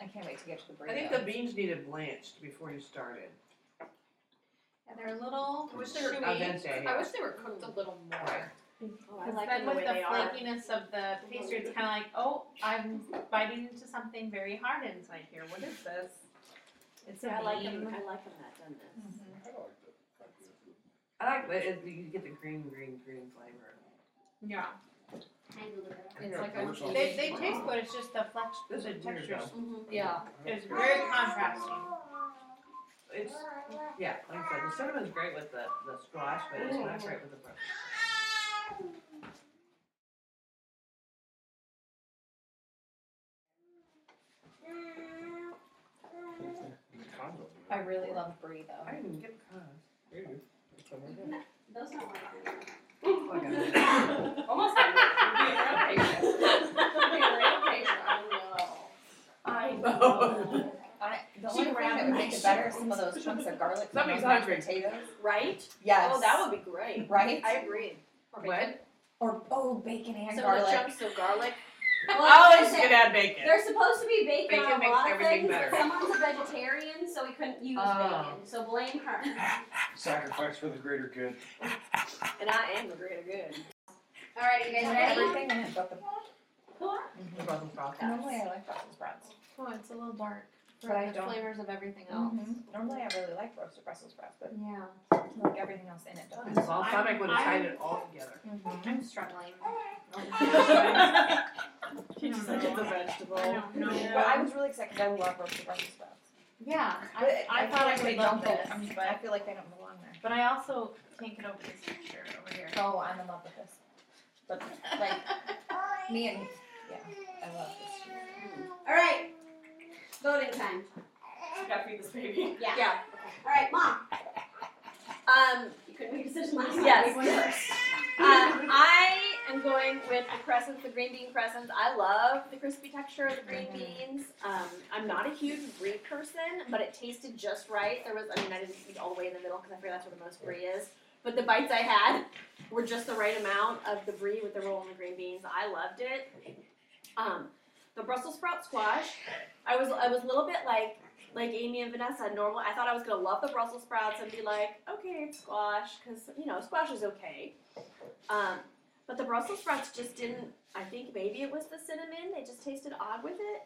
I can't wait to get to the burrito.
I think the beans needed blanched before you started.
And they're a little
I wish they were
chewy.
Al dente,
I
yeah.
wish they were cooked a little more.
Oh, I
Because
like
then
them the
with
way
the
they are.
flakiness of the pastry, it's kind of like, oh, I'm biting into something very hard inside here. What is this? It's
Yeah,
a
I like
bean.
them. I like them that done this.
I like that.
I like that it, you get the green, green, green flavor.
Yeah,
It's
Yeah,
like
that
a
looks
they, they taste good. It's just the flex,
Those
the
are deer
textures.
though.
Mm-hmm.
yeah.
It's very contrasting.
Oh, It's, yeah, like I said, the cinnamon's great with the, the squash, but it's not great with the broccoli.
I really love burrito.
I didn't even get the
Those not like
cons.
Oh Almost like that. We're being real patient. We're being real patient. I know. I know.
I, the
She
only thing
grabbed
that would
my
make it better is
shirt.
some of those chunks of garlic from
Somebody's
those mashed
hungry.
potatoes.
Right?
Yes.
Oh, that would be great.
right.
I agree.
What?
or oh, bacon and
Some of
garlic.
the chunks of garlic. Well,
Oh,
I
it's
said-
gonna add bacon.
They're supposed to be bacon,
Bacon
on a
makes
lot of
everything
things.
better.
Someone's a vegetarian, so we couldn't use
Oh.
bacon. So blame her.
Sacrifice for the greater good.
And I am the greater good.
Alright, you guys ready?
everything in it but the
The Brussels sprouts.
normally I like Brussels sprouts.
Oh, it's a little dark.
But I
The
don't-
flavors of everything else.
Mhm. Normally I really like roasted Brussels sprouts, but
Yeah.
like everything else in it doesn't.
Balsamic would have
I'm-
tied it all together.
Mm-hmm.
I'm struggling.
She just like it's a vegetable.
I don't know.
But I was really excited because I love roasted Brussels sprouts.
Yeah,
But
I, I
feel
thought
like
I
they
would love
don't bel-
this,
I'm just- I
but
feel like they don't belong there.
but I also can't get over this texture over here.
Oh, I'm in love with this. But like me and yeah, I love this.
Alright. Voting time.
Gotta feed this baby.
Yeah.
Yeah.
Alright, mom. Um, you couldn't make a decision last time.
Yes.
Make one first. um, I am going with the crescents, the green bean crescents. I love the crispy texture of the green beans. Um, I'm not a huge brie person, but it tasted just right. There was, I mean, I didn't eat all the way in the middle because I figure that's where the most brie is. But the bites I had were just the right amount of the brie with the roll and the green beans. I loved it. Um, the Brussels sprout squash, I was I was a little bit like like Amy and Vanessa. Normal, I thought I was gonna love the Brussels sprouts and be like, okay, it's squash, because you know squash is okay. Um, but the Brussels sprouts just didn't. I think maybe it was the cinnamon. They just tasted odd with it.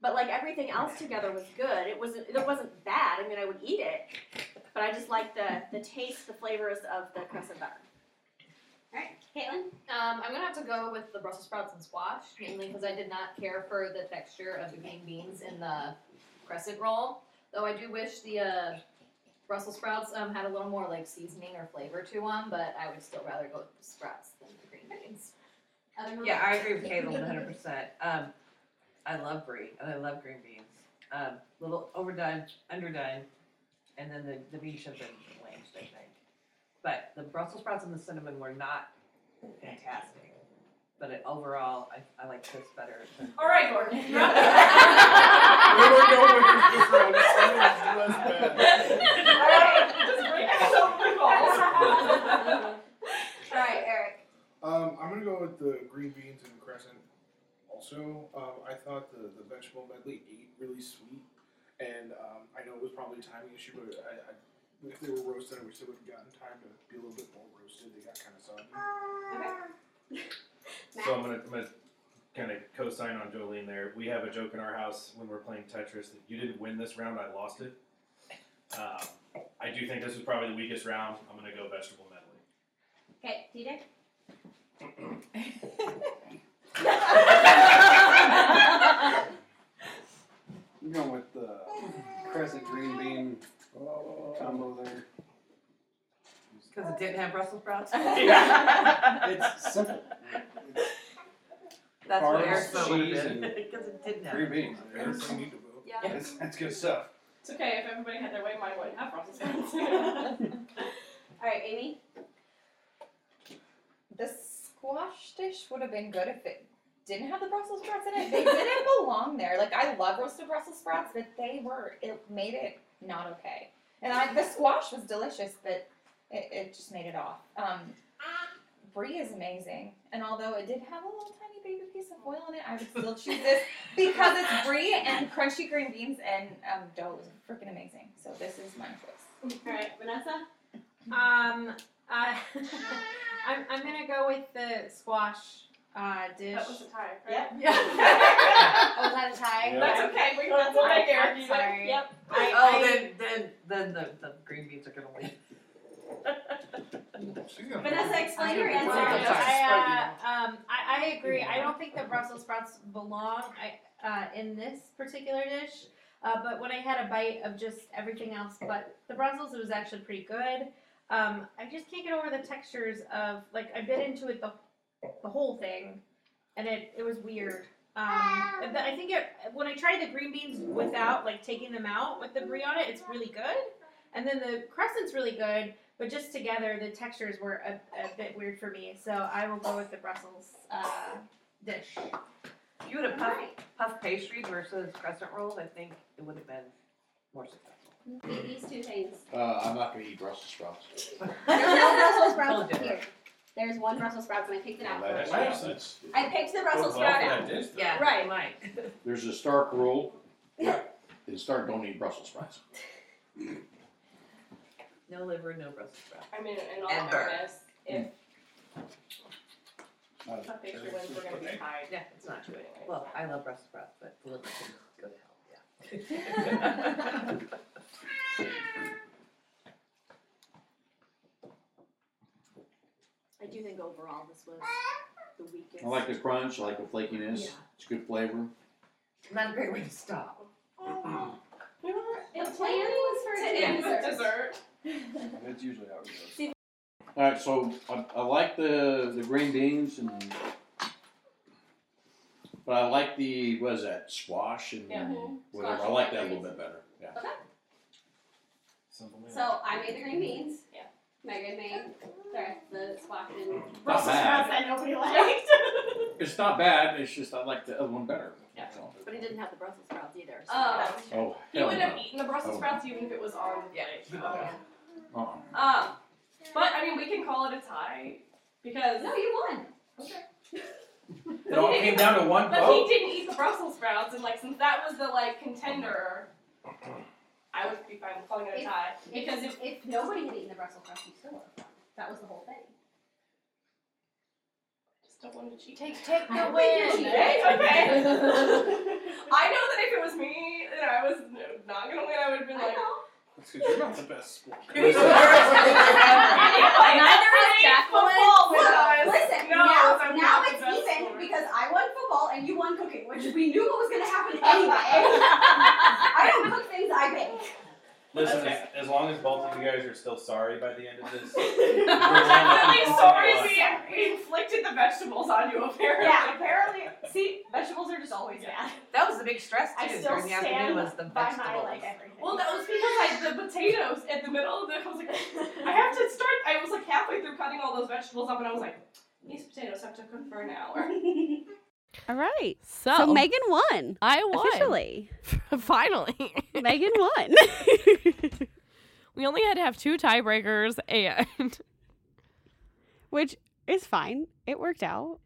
But like everything else together was good. It wasn't. It wasn't bad. I mean, I would eat it, but I just like the the taste, the flavors of the crescent butter.
Alright, Caitlin?
Um, I'm gonna have to go with the Brussels sprouts and squash, mainly because I did not care for the texture of the green beans in the crescent roll. Though I do wish the uh, Brussels sprouts um, had a little more like seasoning or flavor to them, but I would still rather go with the sprouts than the green beans. I don't know.
Yeah, I agree with Caitlin one hundred percent. Um, I love brie and I love green beans. Um, little overdone, underdone, and then the, the beans should have been blanched, I think. But the Brussels sprouts and the cinnamon were not fantastic. But it, overall, I, I like this better. than-
Alright, Gordon.
We were going with this round. It was less bad.
Alright, just break us over the balls.
Alright, Eric.
Um, I'm gonna go with the green beans and the crescent. Also, um, I thought the, the vegetable medley ate really sweet, and um, I know it was probably a timing issue, but I, I, if they were roasted, I wish they would have gotten time to be a little bit more roasted. They got kind of soggy.
So I'm gonna, I'm gonna kind of co-sign on Jolene there. We have a joke in our house when we're playing Tetris that you didn't win this round, I lost it. Um, I do think this was probably the weakest round. I'm gonna go vegetable medley.
Okay, DJ?
I'm going with the crescent green bean combo there. Just
Because it didn't have Brussels sprouts?
It's simple.
That's what
Carbs,
Eric's vote would
cheese,
have been.
and
Because it didn't have.
Green beans.
Eric's vote.
Yeah.
That's, that's good stuff.
It's okay if everybody had their way, mine wouldn't have Brussels sprouts.
All right, Amy.
The squash dish would have been good if it didn't have the Brussels sprouts in it. They didn't belong there. Like I love roasted Brussels sprouts, but they were it made it not okay. And I the squash was delicious, but it, it just made it off. Um, brie is amazing, and although it did have a little tiny baby piece of oil in it, I would still choose this because it's brie and crunchy green beans and um, dough is freaking amazing. So this is my choice.
All right, Vanessa.
Um, uh, I'm, I'm gonna go with the squash uh, dish.
That was a tie, right?
Yep.
Yeah.
was that a tie?
Yeah.
That's okay. We
That's
can go back
okay.
there.
I'm
You
sorry.
know? Yep.
I-
oh,
I-
then, then, then the, the green beans are going to leave.
She's gonna-
Vanessa, explain your answer.
I,
I'm
uh,
sorry.
um, I, I agree. I don't think the Brussels sprouts belong I, uh, in this particular dish. Uh, but when I had a bite of just everything else, but the Brussels it was actually pretty good. Um, I just can't get over the textures of like I bit into it the, the whole thing, and it it was weird. Um, but I think it, when I tried the green beans without like taking them out with the brie on it, it's really good. And then the crescent's really good, but just together, the textures were a, a bit weird for me, so I will go with the Brussels uh, dish.
If you would have puff, puff pastry versus crescent rolls, I think it would have been more successful.
Eat these two things.
Uh, I'm not gonna eat Brussels sprouts.
There's no Brussels sprouts
Told you.
here. There's one Brussels sprouts, and I picked it out.
That's-
Wow.
that's-
I picked the Brussels
Well, well,
sprout
that
out.
dish, though.
Yeah,
Right.
Mike.
There's a Stark rule. In Stark, don't eat Brussels sprouts.
No liver, no Brussels sprouts.
I mean, in all
Ever.
fairness, if
Not
a picture wins, we're gonna be tied.
Yeah, it's not true.
Anyway.
Well, I love Brussels sprouts, but the liver can go to hell. Yeah.
I do think overall this was the weakest.
I like the crunch, I like the flakiness,
Yeah.
it's good flavor.
not a great way to stop.
Mm. We were
The plan was for
to end with
dessert.
dessert.
That's usually how it goes.
Alright, so I, I like the, the green beans and, but I like the, what is that, squash and
Yeah. mm-hmm.
whatever,
Squash
I
and
like that a
green
little bit better, yeah.
Simple.
So I made the green beans.
Yeah.
Megan made the rest of the squash and
Not bad,
that nobody liked.
it's not bad, it's just I like the other one better.
Yeah.
That's all.
But it didn't have the Brussels sprouts either. So
Oh.
Oh,
You
hell
would have
no,
eaten the Brussels
Oh.
sprouts even if it was on the
Yeah.
plate.
uh-uh.
Um, but I mean, we can call it a tie because
no, you won.
It all came down to one
But he
vote?
didn't eat the Brussels sprouts, and like since that was the like contender, I would be fine with calling it a tie because
if,
if
if nobody had eaten the Brussels sprouts, you still would have won. That was the whole thing.
just don't want to cheat.
Take take the
I don't think
win.
you should.
Okay, okay. I know that if it was me and I was not gonna win, I would have been like,
That's 'cause you're not the best sport.
Neither is Jacqueline.
Football with us.
Listen,
No,
now,
I'm
now
not the
it's
best
even
sport.
because I won football and you won cooking, which we knew what was going to happen anyway. I don't cook things I bake.
Listen, as, as long as both of you guys are still sorry by the end of this,
We're definitely sorry we, we inflicted the vegetables on you, apparently.
Yeah, apparently. See, vegetables are just always bad.
That was the big stress
I
too
still
during the afternoon
stand
was the
By
vegetables.
my like everything.
Well, that was because like the potatoes at the middle of the, I was like, I have to start. I was like halfway through cutting all those vegetables up, and I was like, these potatoes have to cook for an hour.
All right.
So,
so Megan won.
I
Officially.
Finally.
Megan won.
we only had to have two tiebreakers and
Which is fine. It worked out.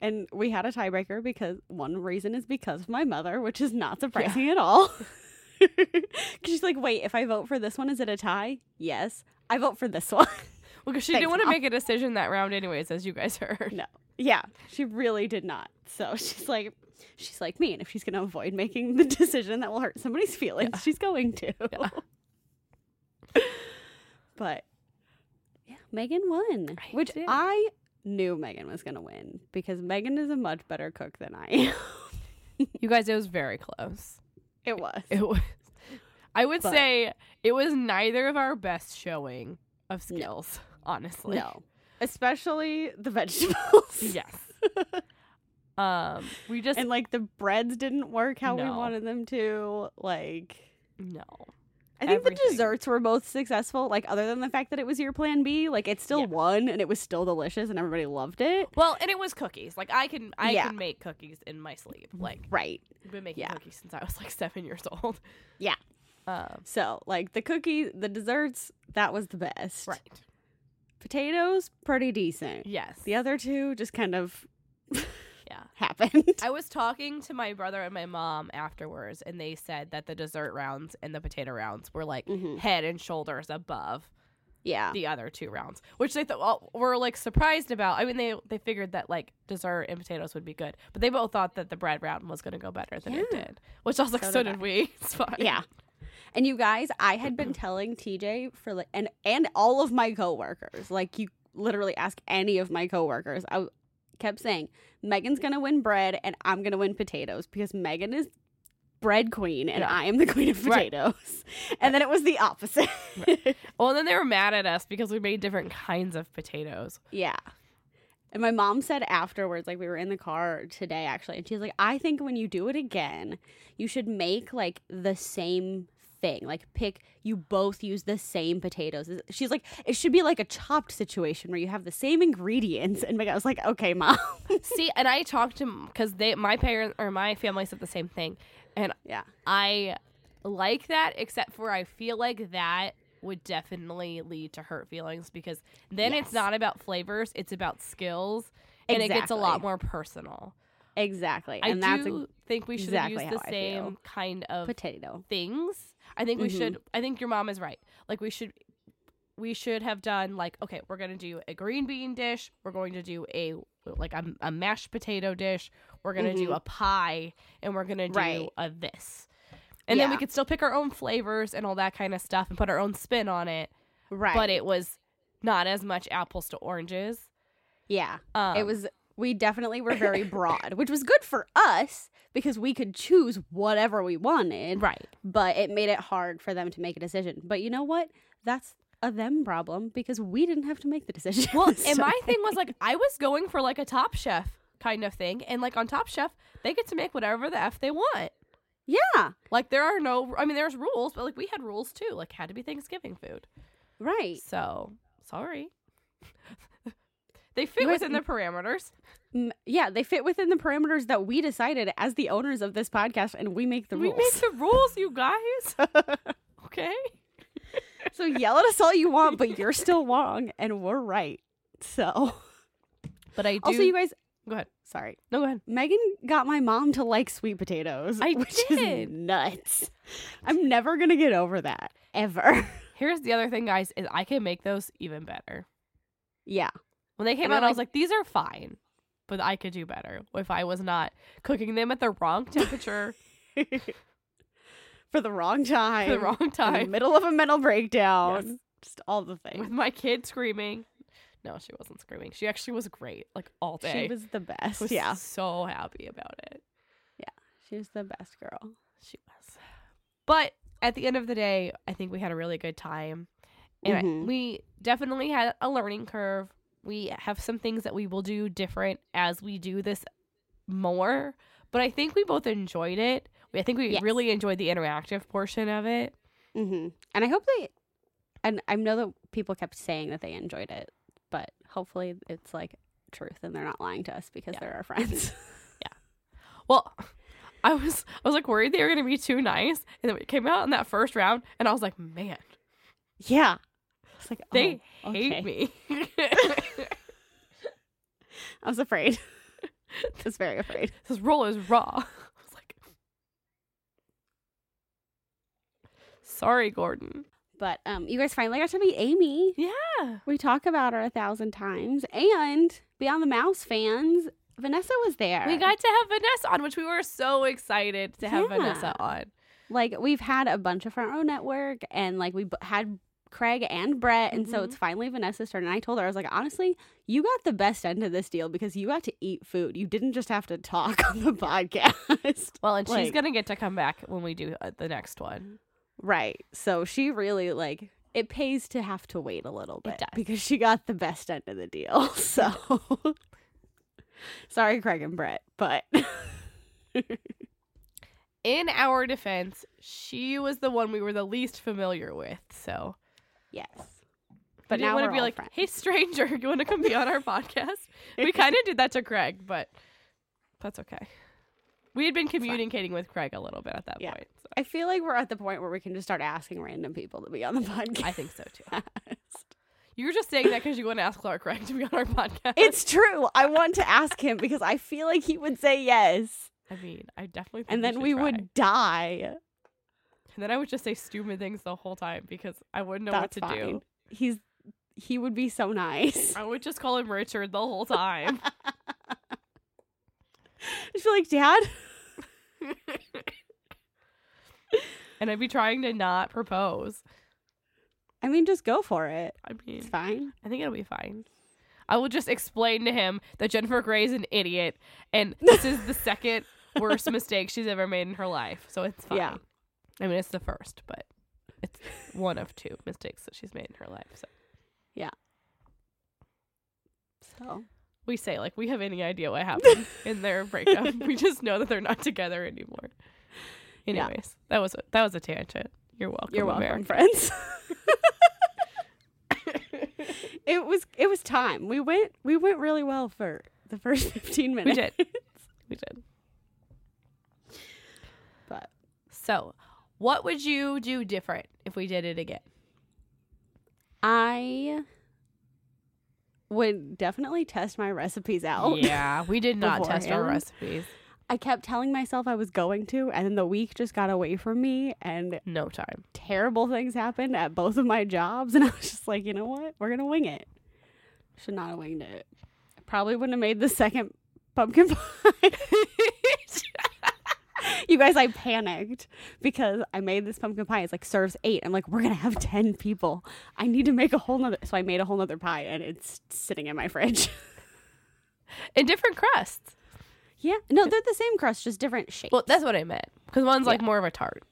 And we had a tiebreaker because one reason is because of my mother, which is not surprising at all. 'Cause she's like, wait, if I vote for this one, is it a tie? Yes. I vote for this one.
well, cause she
Thanks,
didn't want to
Mom.
make a decision that round anyways, as you guys heard.
yeah, she really did not. So she's like, she's like me. And if she's going to avoid making the decision that will hurt somebody's feelings, she's going to. but yeah, Megan won,
I
which
did.
I knew Megan was going to win because Megan is a much better cook than I am.
You guys, it was very close.
It was.
It was.
I would
But-
say it was neither of our best showing of skills, honestly.
No. Especially the vegetables.
Yes. um, we just
and like the breads didn't work how we
No.
wanted them to. Like
no.
I think
Everything.
the desserts were both successful. Like other than the fact that it was your plan B, like it still won and it was still delicious and everybody loved it.
Well, and it was cookies. Like I can I
Yeah.
can make cookies in my sleep. Like
Right.
I've been making
Yeah.
cookies since I was like seven years old.
Yeah.
Um,
so like the cookie, the desserts, that was the best.
Right.
Potatoes, pretty decent.
Yes.
The other two just kind of
Yeah.
happened.
I was talking to my brother and my mom afterwards, and they said that the dessert rounds and the potato rounds were like
Mm-hmm.
head and shoulders above.
Yeah.
The other two rounds, which they thought were like surprised about. I mean, they they figured that like dessert and potatoes would be good, but they both thought that the bread round was going to go better than it
Yeah.
did. Which I was like, so,
So
did,
did
we. It's fine.
Yeah. And you guys, I had been telling TJ for like and and all of my coworkers, like you literally ask any of my coworkers, I w- kept saying, "Megan's going to win bread and I'm going to win potatoes because Megan is bread queen and
Yeah.
I am the queen of
Right.
potatoes." And then it was the opposite.
Well, and then they were mad at us because we made different kinds of potatoes.
Yeah. And my mom said afterwards, like we were in the car today actually, and she's like, I think when you do it again, you should make like the same thing. Like pick, you both use the same potatoes. Is- She's like, it should be like a chopped situation where you have the same ingredients. And I was like, okay, mom.
See, and I talked to because they my parents or my family said the same thing, and
yeah,
I like that. Except for I feel like that would definitely lead to hurt feelings because then it's
Yes.
not about flavors, it's about skills, and it gets a lot
Exactly.
more personal.
Exactly.
I
and that's
do think we should
exactly
use
how
the
I
same
feel.
kind of
potato
things. I think we
Mhm.
should. I think your mom is right. Like we should, we should have done like okay, we're gonna do a green bean dish. We're going to do a like a, a mashed potato dish. We're gonna do
Mhm.
a pie, and we're gonna do
Right.
a this. And then we
Yeah.
could still pick our own flavors and all that kind of stuff and put our own spin on it.
Right.
But it was not as much apples to oranges.
Yeah.
Um,
it was we definitely were very broad, which was good for us because we could choose whatever we wanted.
Right.
But it made it hard for them to make a decision. But you know what? That's a them problem because we didn't have to make the decision.
Well, and my thing was like I was going for like a Top Chef kind of thing, and like on Top Chef, they get to make whatever the f they want.
Yeah,
like there are no. I mean, there's rules, but like we had rules too. Like had to be Thanksgiving food,
right?
So sorry, they fit
guys-
within the parameters.
M- yeah, they fit within the parameters that we decided as the owners of this podcast, and we make the
we
rules.
make the rules, you guys. okay.
so yell at us all you want, but you're still wrong, and we're right. So.
But I
Also,
do-
you guys.
Go ahead.
Sorry.
No, go ahead.
Megan got my mom to like sweet potatoes.
I
which
did.
Is nuts. I'm never gonna get over that ever.
Here's the other thing, guys: is I can make those even better.
Yeah.
When they came
And
out,
I'm
I was like, these are fine, but I could do better if I was not cooking them at the wrong temperature.
For the wrong time.
For the wrong
in
time.
middle of a mental breakdown. Just all the things.
With my kid screaming. No, she wasn't screaming. She actually was great, like all
She
day.
was the best,
Was
yeah.
so happy about it.
She was the best girl.
She was. But at the end of the day, I think we had a really good time, and I-
Mhm.
we definitely had a learning curve. We have some things that we will do different as we do this more, but I think we both enjoyed it. I think we
Yes.
really enjoyed the interactive portion of it.
Mm-hmm. And I hope they. And I know that people kept saying that they enjoyed it, but hopefully it's like truth and they're not lying to us because they're our friends.
Well, I was I was like worried they were gonna be too nice, and then we came out in that first round, and I was like, man,
yeah. It's like
they
oh, okay.
hate me.
I was afraid. I was very afraid.
this roll is raw. I was like, sorry, Gordon.
But um, you guys finally got to meet Amy.
Yeah.
We talk about her a thousand times. And Beyond the Mouse fans, Vanessa was there.
We got to have Vanessa on, which we were so excited to have
Yeah.
Vanessa on.
like we've had a bunch of front row network and like we b- had Craig and Brett and so
Mhm.
it's finally Vanessa's turn and I told her I was like honestly you got the best end of this deal because you got to eat food you didn't just have to talk on the podcast
Well, and she's
Like-
gonna get to come back when we do uh, the next one.
Right. So she really like it pays to have to wait a little bit because she got the best end of the deal. So sorry, Craig and Brett, but
In our defense, she was the one we were the least familiar with, so
yes.
But
But
didn't
now
want to
we're
be
all
like, "Hey, stranger, you want to come be on our podcast?" We kind of did that to Craig, but that's okay. We had been communicating with Craig a little bit at that
Yeah.
point. So.
I feel like we're at the point where we can just start asking random people to be on the podcast.
I think so too. You were just saying that because you want to ask Clark Craig to be on our podcast.
It's true. I want to ask him because I feel like he would say yes.
I mean, I definitely. Think
And then
should
we
try.
would die.
And then I would just say stupid things the whole time because I wouldn't know
That's
what to
fine.
do.
He's he would be so nice.
I would just call him Richard the whole time.
I feel like dad.
and I'd be trying to not propose.
I mean, just go for it.
I mean, it's
fine.
I think it'll be fine. I will just explain to him that Jennifer Grey is an idiot and this is the second worst mistake she's ever made in her life. So it's fine.
Yeah.
I mean, it's the first, but it's one of two mistakes that she's made in her life. So
Yeah. So
we say, like, we have any idea what happened in their breakup. We just know that they're not together anymore.
Yeah.
Anyways, that was a, that was a tangent. You're welcome.
You're welcome,
America.
friends. it was it was time. We went we went really well for the first 15
we
minutes.
did. We did.
But
so, what would you do different if we did it again?
I would definitely test my recipes out.
Yeah, we did not test our
beforehand.
recipes.
I kept telling myself I was going to, and then the week just got away from me, and
no time.
Terrible things happened at both of my jobs, and I was just like, you know what? We're gonna wing it. Should not have winged it. I probably wouldn't have made the second pumpkin pie. you guys, I panicked because I made this pumpkin pie. It's like serves eight. I'm like, we're gonna have ten people. I need to make a whole nother. So I made a whole nother pie, and it's sitting in my fridge.
In different crusts.
Yeah, no, they're the same crust, just different shapes.
Well, that's what I meant. Because one's like
Yeah.
more of a tart.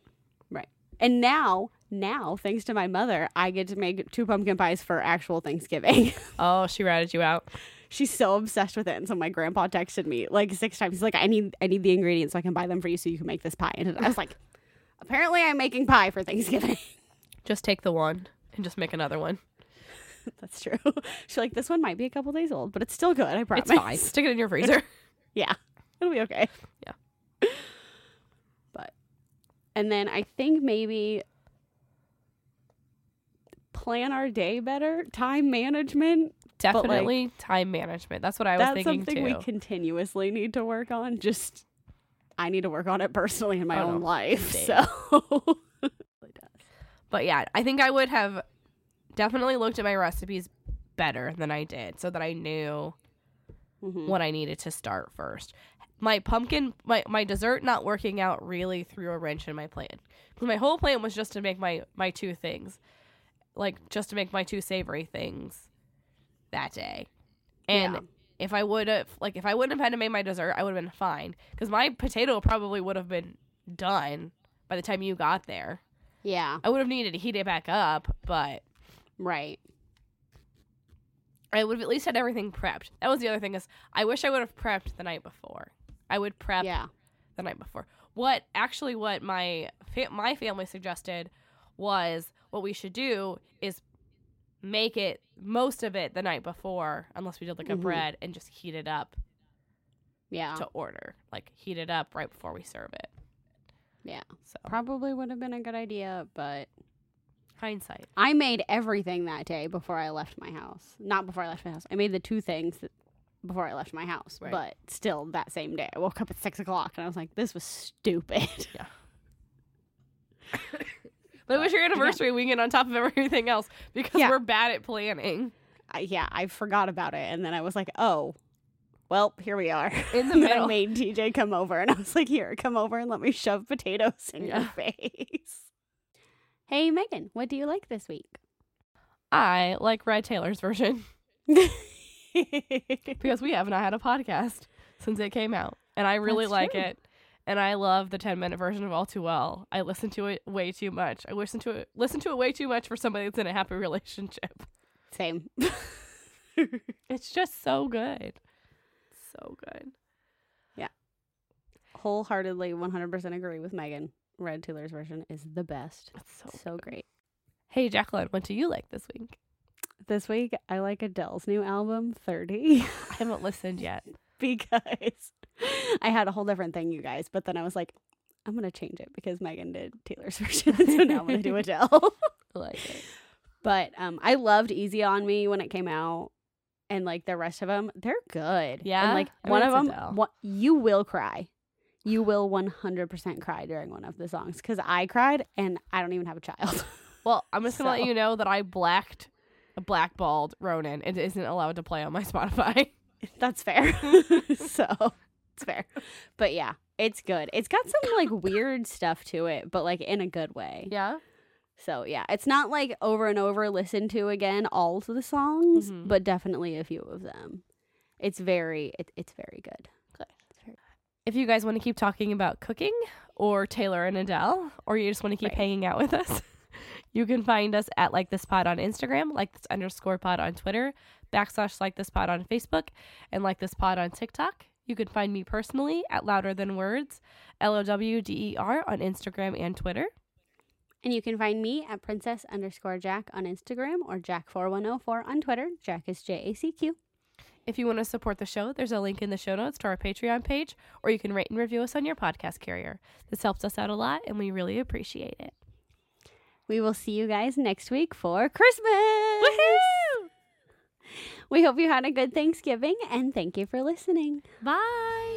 Right. And now, now, thanks to my mother, I get to make two pumpkin pies for actual Thanksgiving.
Oh, she ratted you out.
She's so obsessed with it. And so my grandpa texted me like six times. He's like, I need I need the ingredients so I can buy them for you so you can make this pie. And I was like, apparently I'm making pie for Thanksgiving.
Just take the one and just make another one.
That's true. She's like, this one might be a couple days old, but it's still good, I promise.
It's fine. Stick it in your freezer.
yeah. It'll be okay.
Yeah.
But and then I think maybe plan our day better, time management. but, like,
Definitely time management. That's what I was
that's
thinking
something
too.
we continuously need to work on. Just I need to work on it personally in my
Oh,
own
no.
life.
Same.
So
But yeah, I think I would have definitely looked at my recipes better than I did so that I knew what I needed to start first. My pumpkin, my, my dessert not working out really threw a wrench in my plan. 'Cause My whole plan was just to make my, my two things, like just to make my two savory things that day. And
Yeah.
if I would have, like, if I wouldn't have had to make my dessert, I would have been fine. Because my potato probably would have been done by the time you got there.
yeah,
I would have needed to heat it back up, but
right.
I would have at least had everything prepped. That was the other thing is I wish I would have prepped the night before. I would prep
Yeah.
the night before. What actually what my fa- my family suggested was what we should do is make it most of it the night before unless we did like a
Mhm.
bread and just heat it up
Yeah,
to order. Like heat it up right before we serve it.
yeah.
So
Probably would have been a good idea, but
hindsight.
I made everything that day before I left my house. Not before I left my house. I made the two things that, before I left my house,
Right.
but still that same day. I woke up at six o'clock and I was like, "This was stupid."
Yeah. But it was your anniversary weekend on top of everything else because
Yeah.
we're bad at planning.
I, yeah, I forgot about it, and then I was like, "Oh, well, here we are."
In the
And then
middle.
I made TJ come over, and I was like, "Here, come over and let me shove potatoes in your
Yeah.
face." Hey, Megan, what do you like this week?
I like Red Taylor's version. because we have not had a podcast since it came out. And I really
That's
like
true.
it. and I love the 10 minute version of All Too Well. I listen to it way too much. I listen to it listen to it way too much for somebody that's in a happy relationship.
Same.
it's just so good. So good.
Yeah. Wholeheartedly 100% agree with Megan. Red Taylor's version is the best. It's so, great.
Hey Jacqueline, what do you like this week?
This week, I like Adele's new album, 30.
I haven't listened yet.
because I had a whole different thing, you guys, but then I was like, I'm going to change it because Megan did Taylor's version. so now I'm going to do Adele.
I like it.
But um, I loved Easy on Me when it came out, and like the rest of them, they're good.
Yeah?
and like
I
one
mean,
of
it's
them,
Adele.
what you will cry, you will 100% cry during one of the songs because I cried and I don't even have a child.
Well, I'm just gonna
So-
let you know that I blacked blackballed Ronan and it isn't allowed to play on my Spotify.
That's fair. so it's fair, but yeah, it's good. It's got some like weird stuff to it, but like in a good way.
Yeah.
So yeah, it's not like over and over listen to again all of the songs, but definitely a few of them. It's very it, it's very good.
If you guys want to keep talking about cooking or Taylor and Adele, or you just want to keep hanging out with us, you can find us at like this pod on Instagram, like this underscore pod on Twitter, backslash like this pod on Facebook, and like this pod on TikTok. You can find me personally at louder than words, L O W D E R on Instagram and Twitter.
And you can find me at princess underscore jack on Instagram or jack4104 on Twitter. Jack is J A C Q.
If you want to support the show, there's a link in the show notes to our Patreon page, or you can rate and review us on your podcast carrier. This helps us out a lot, and we really appreciate it.
We will see you guys next week for Christmas. We hope you had a good Thanksgiving and thank you for listening.
Bye.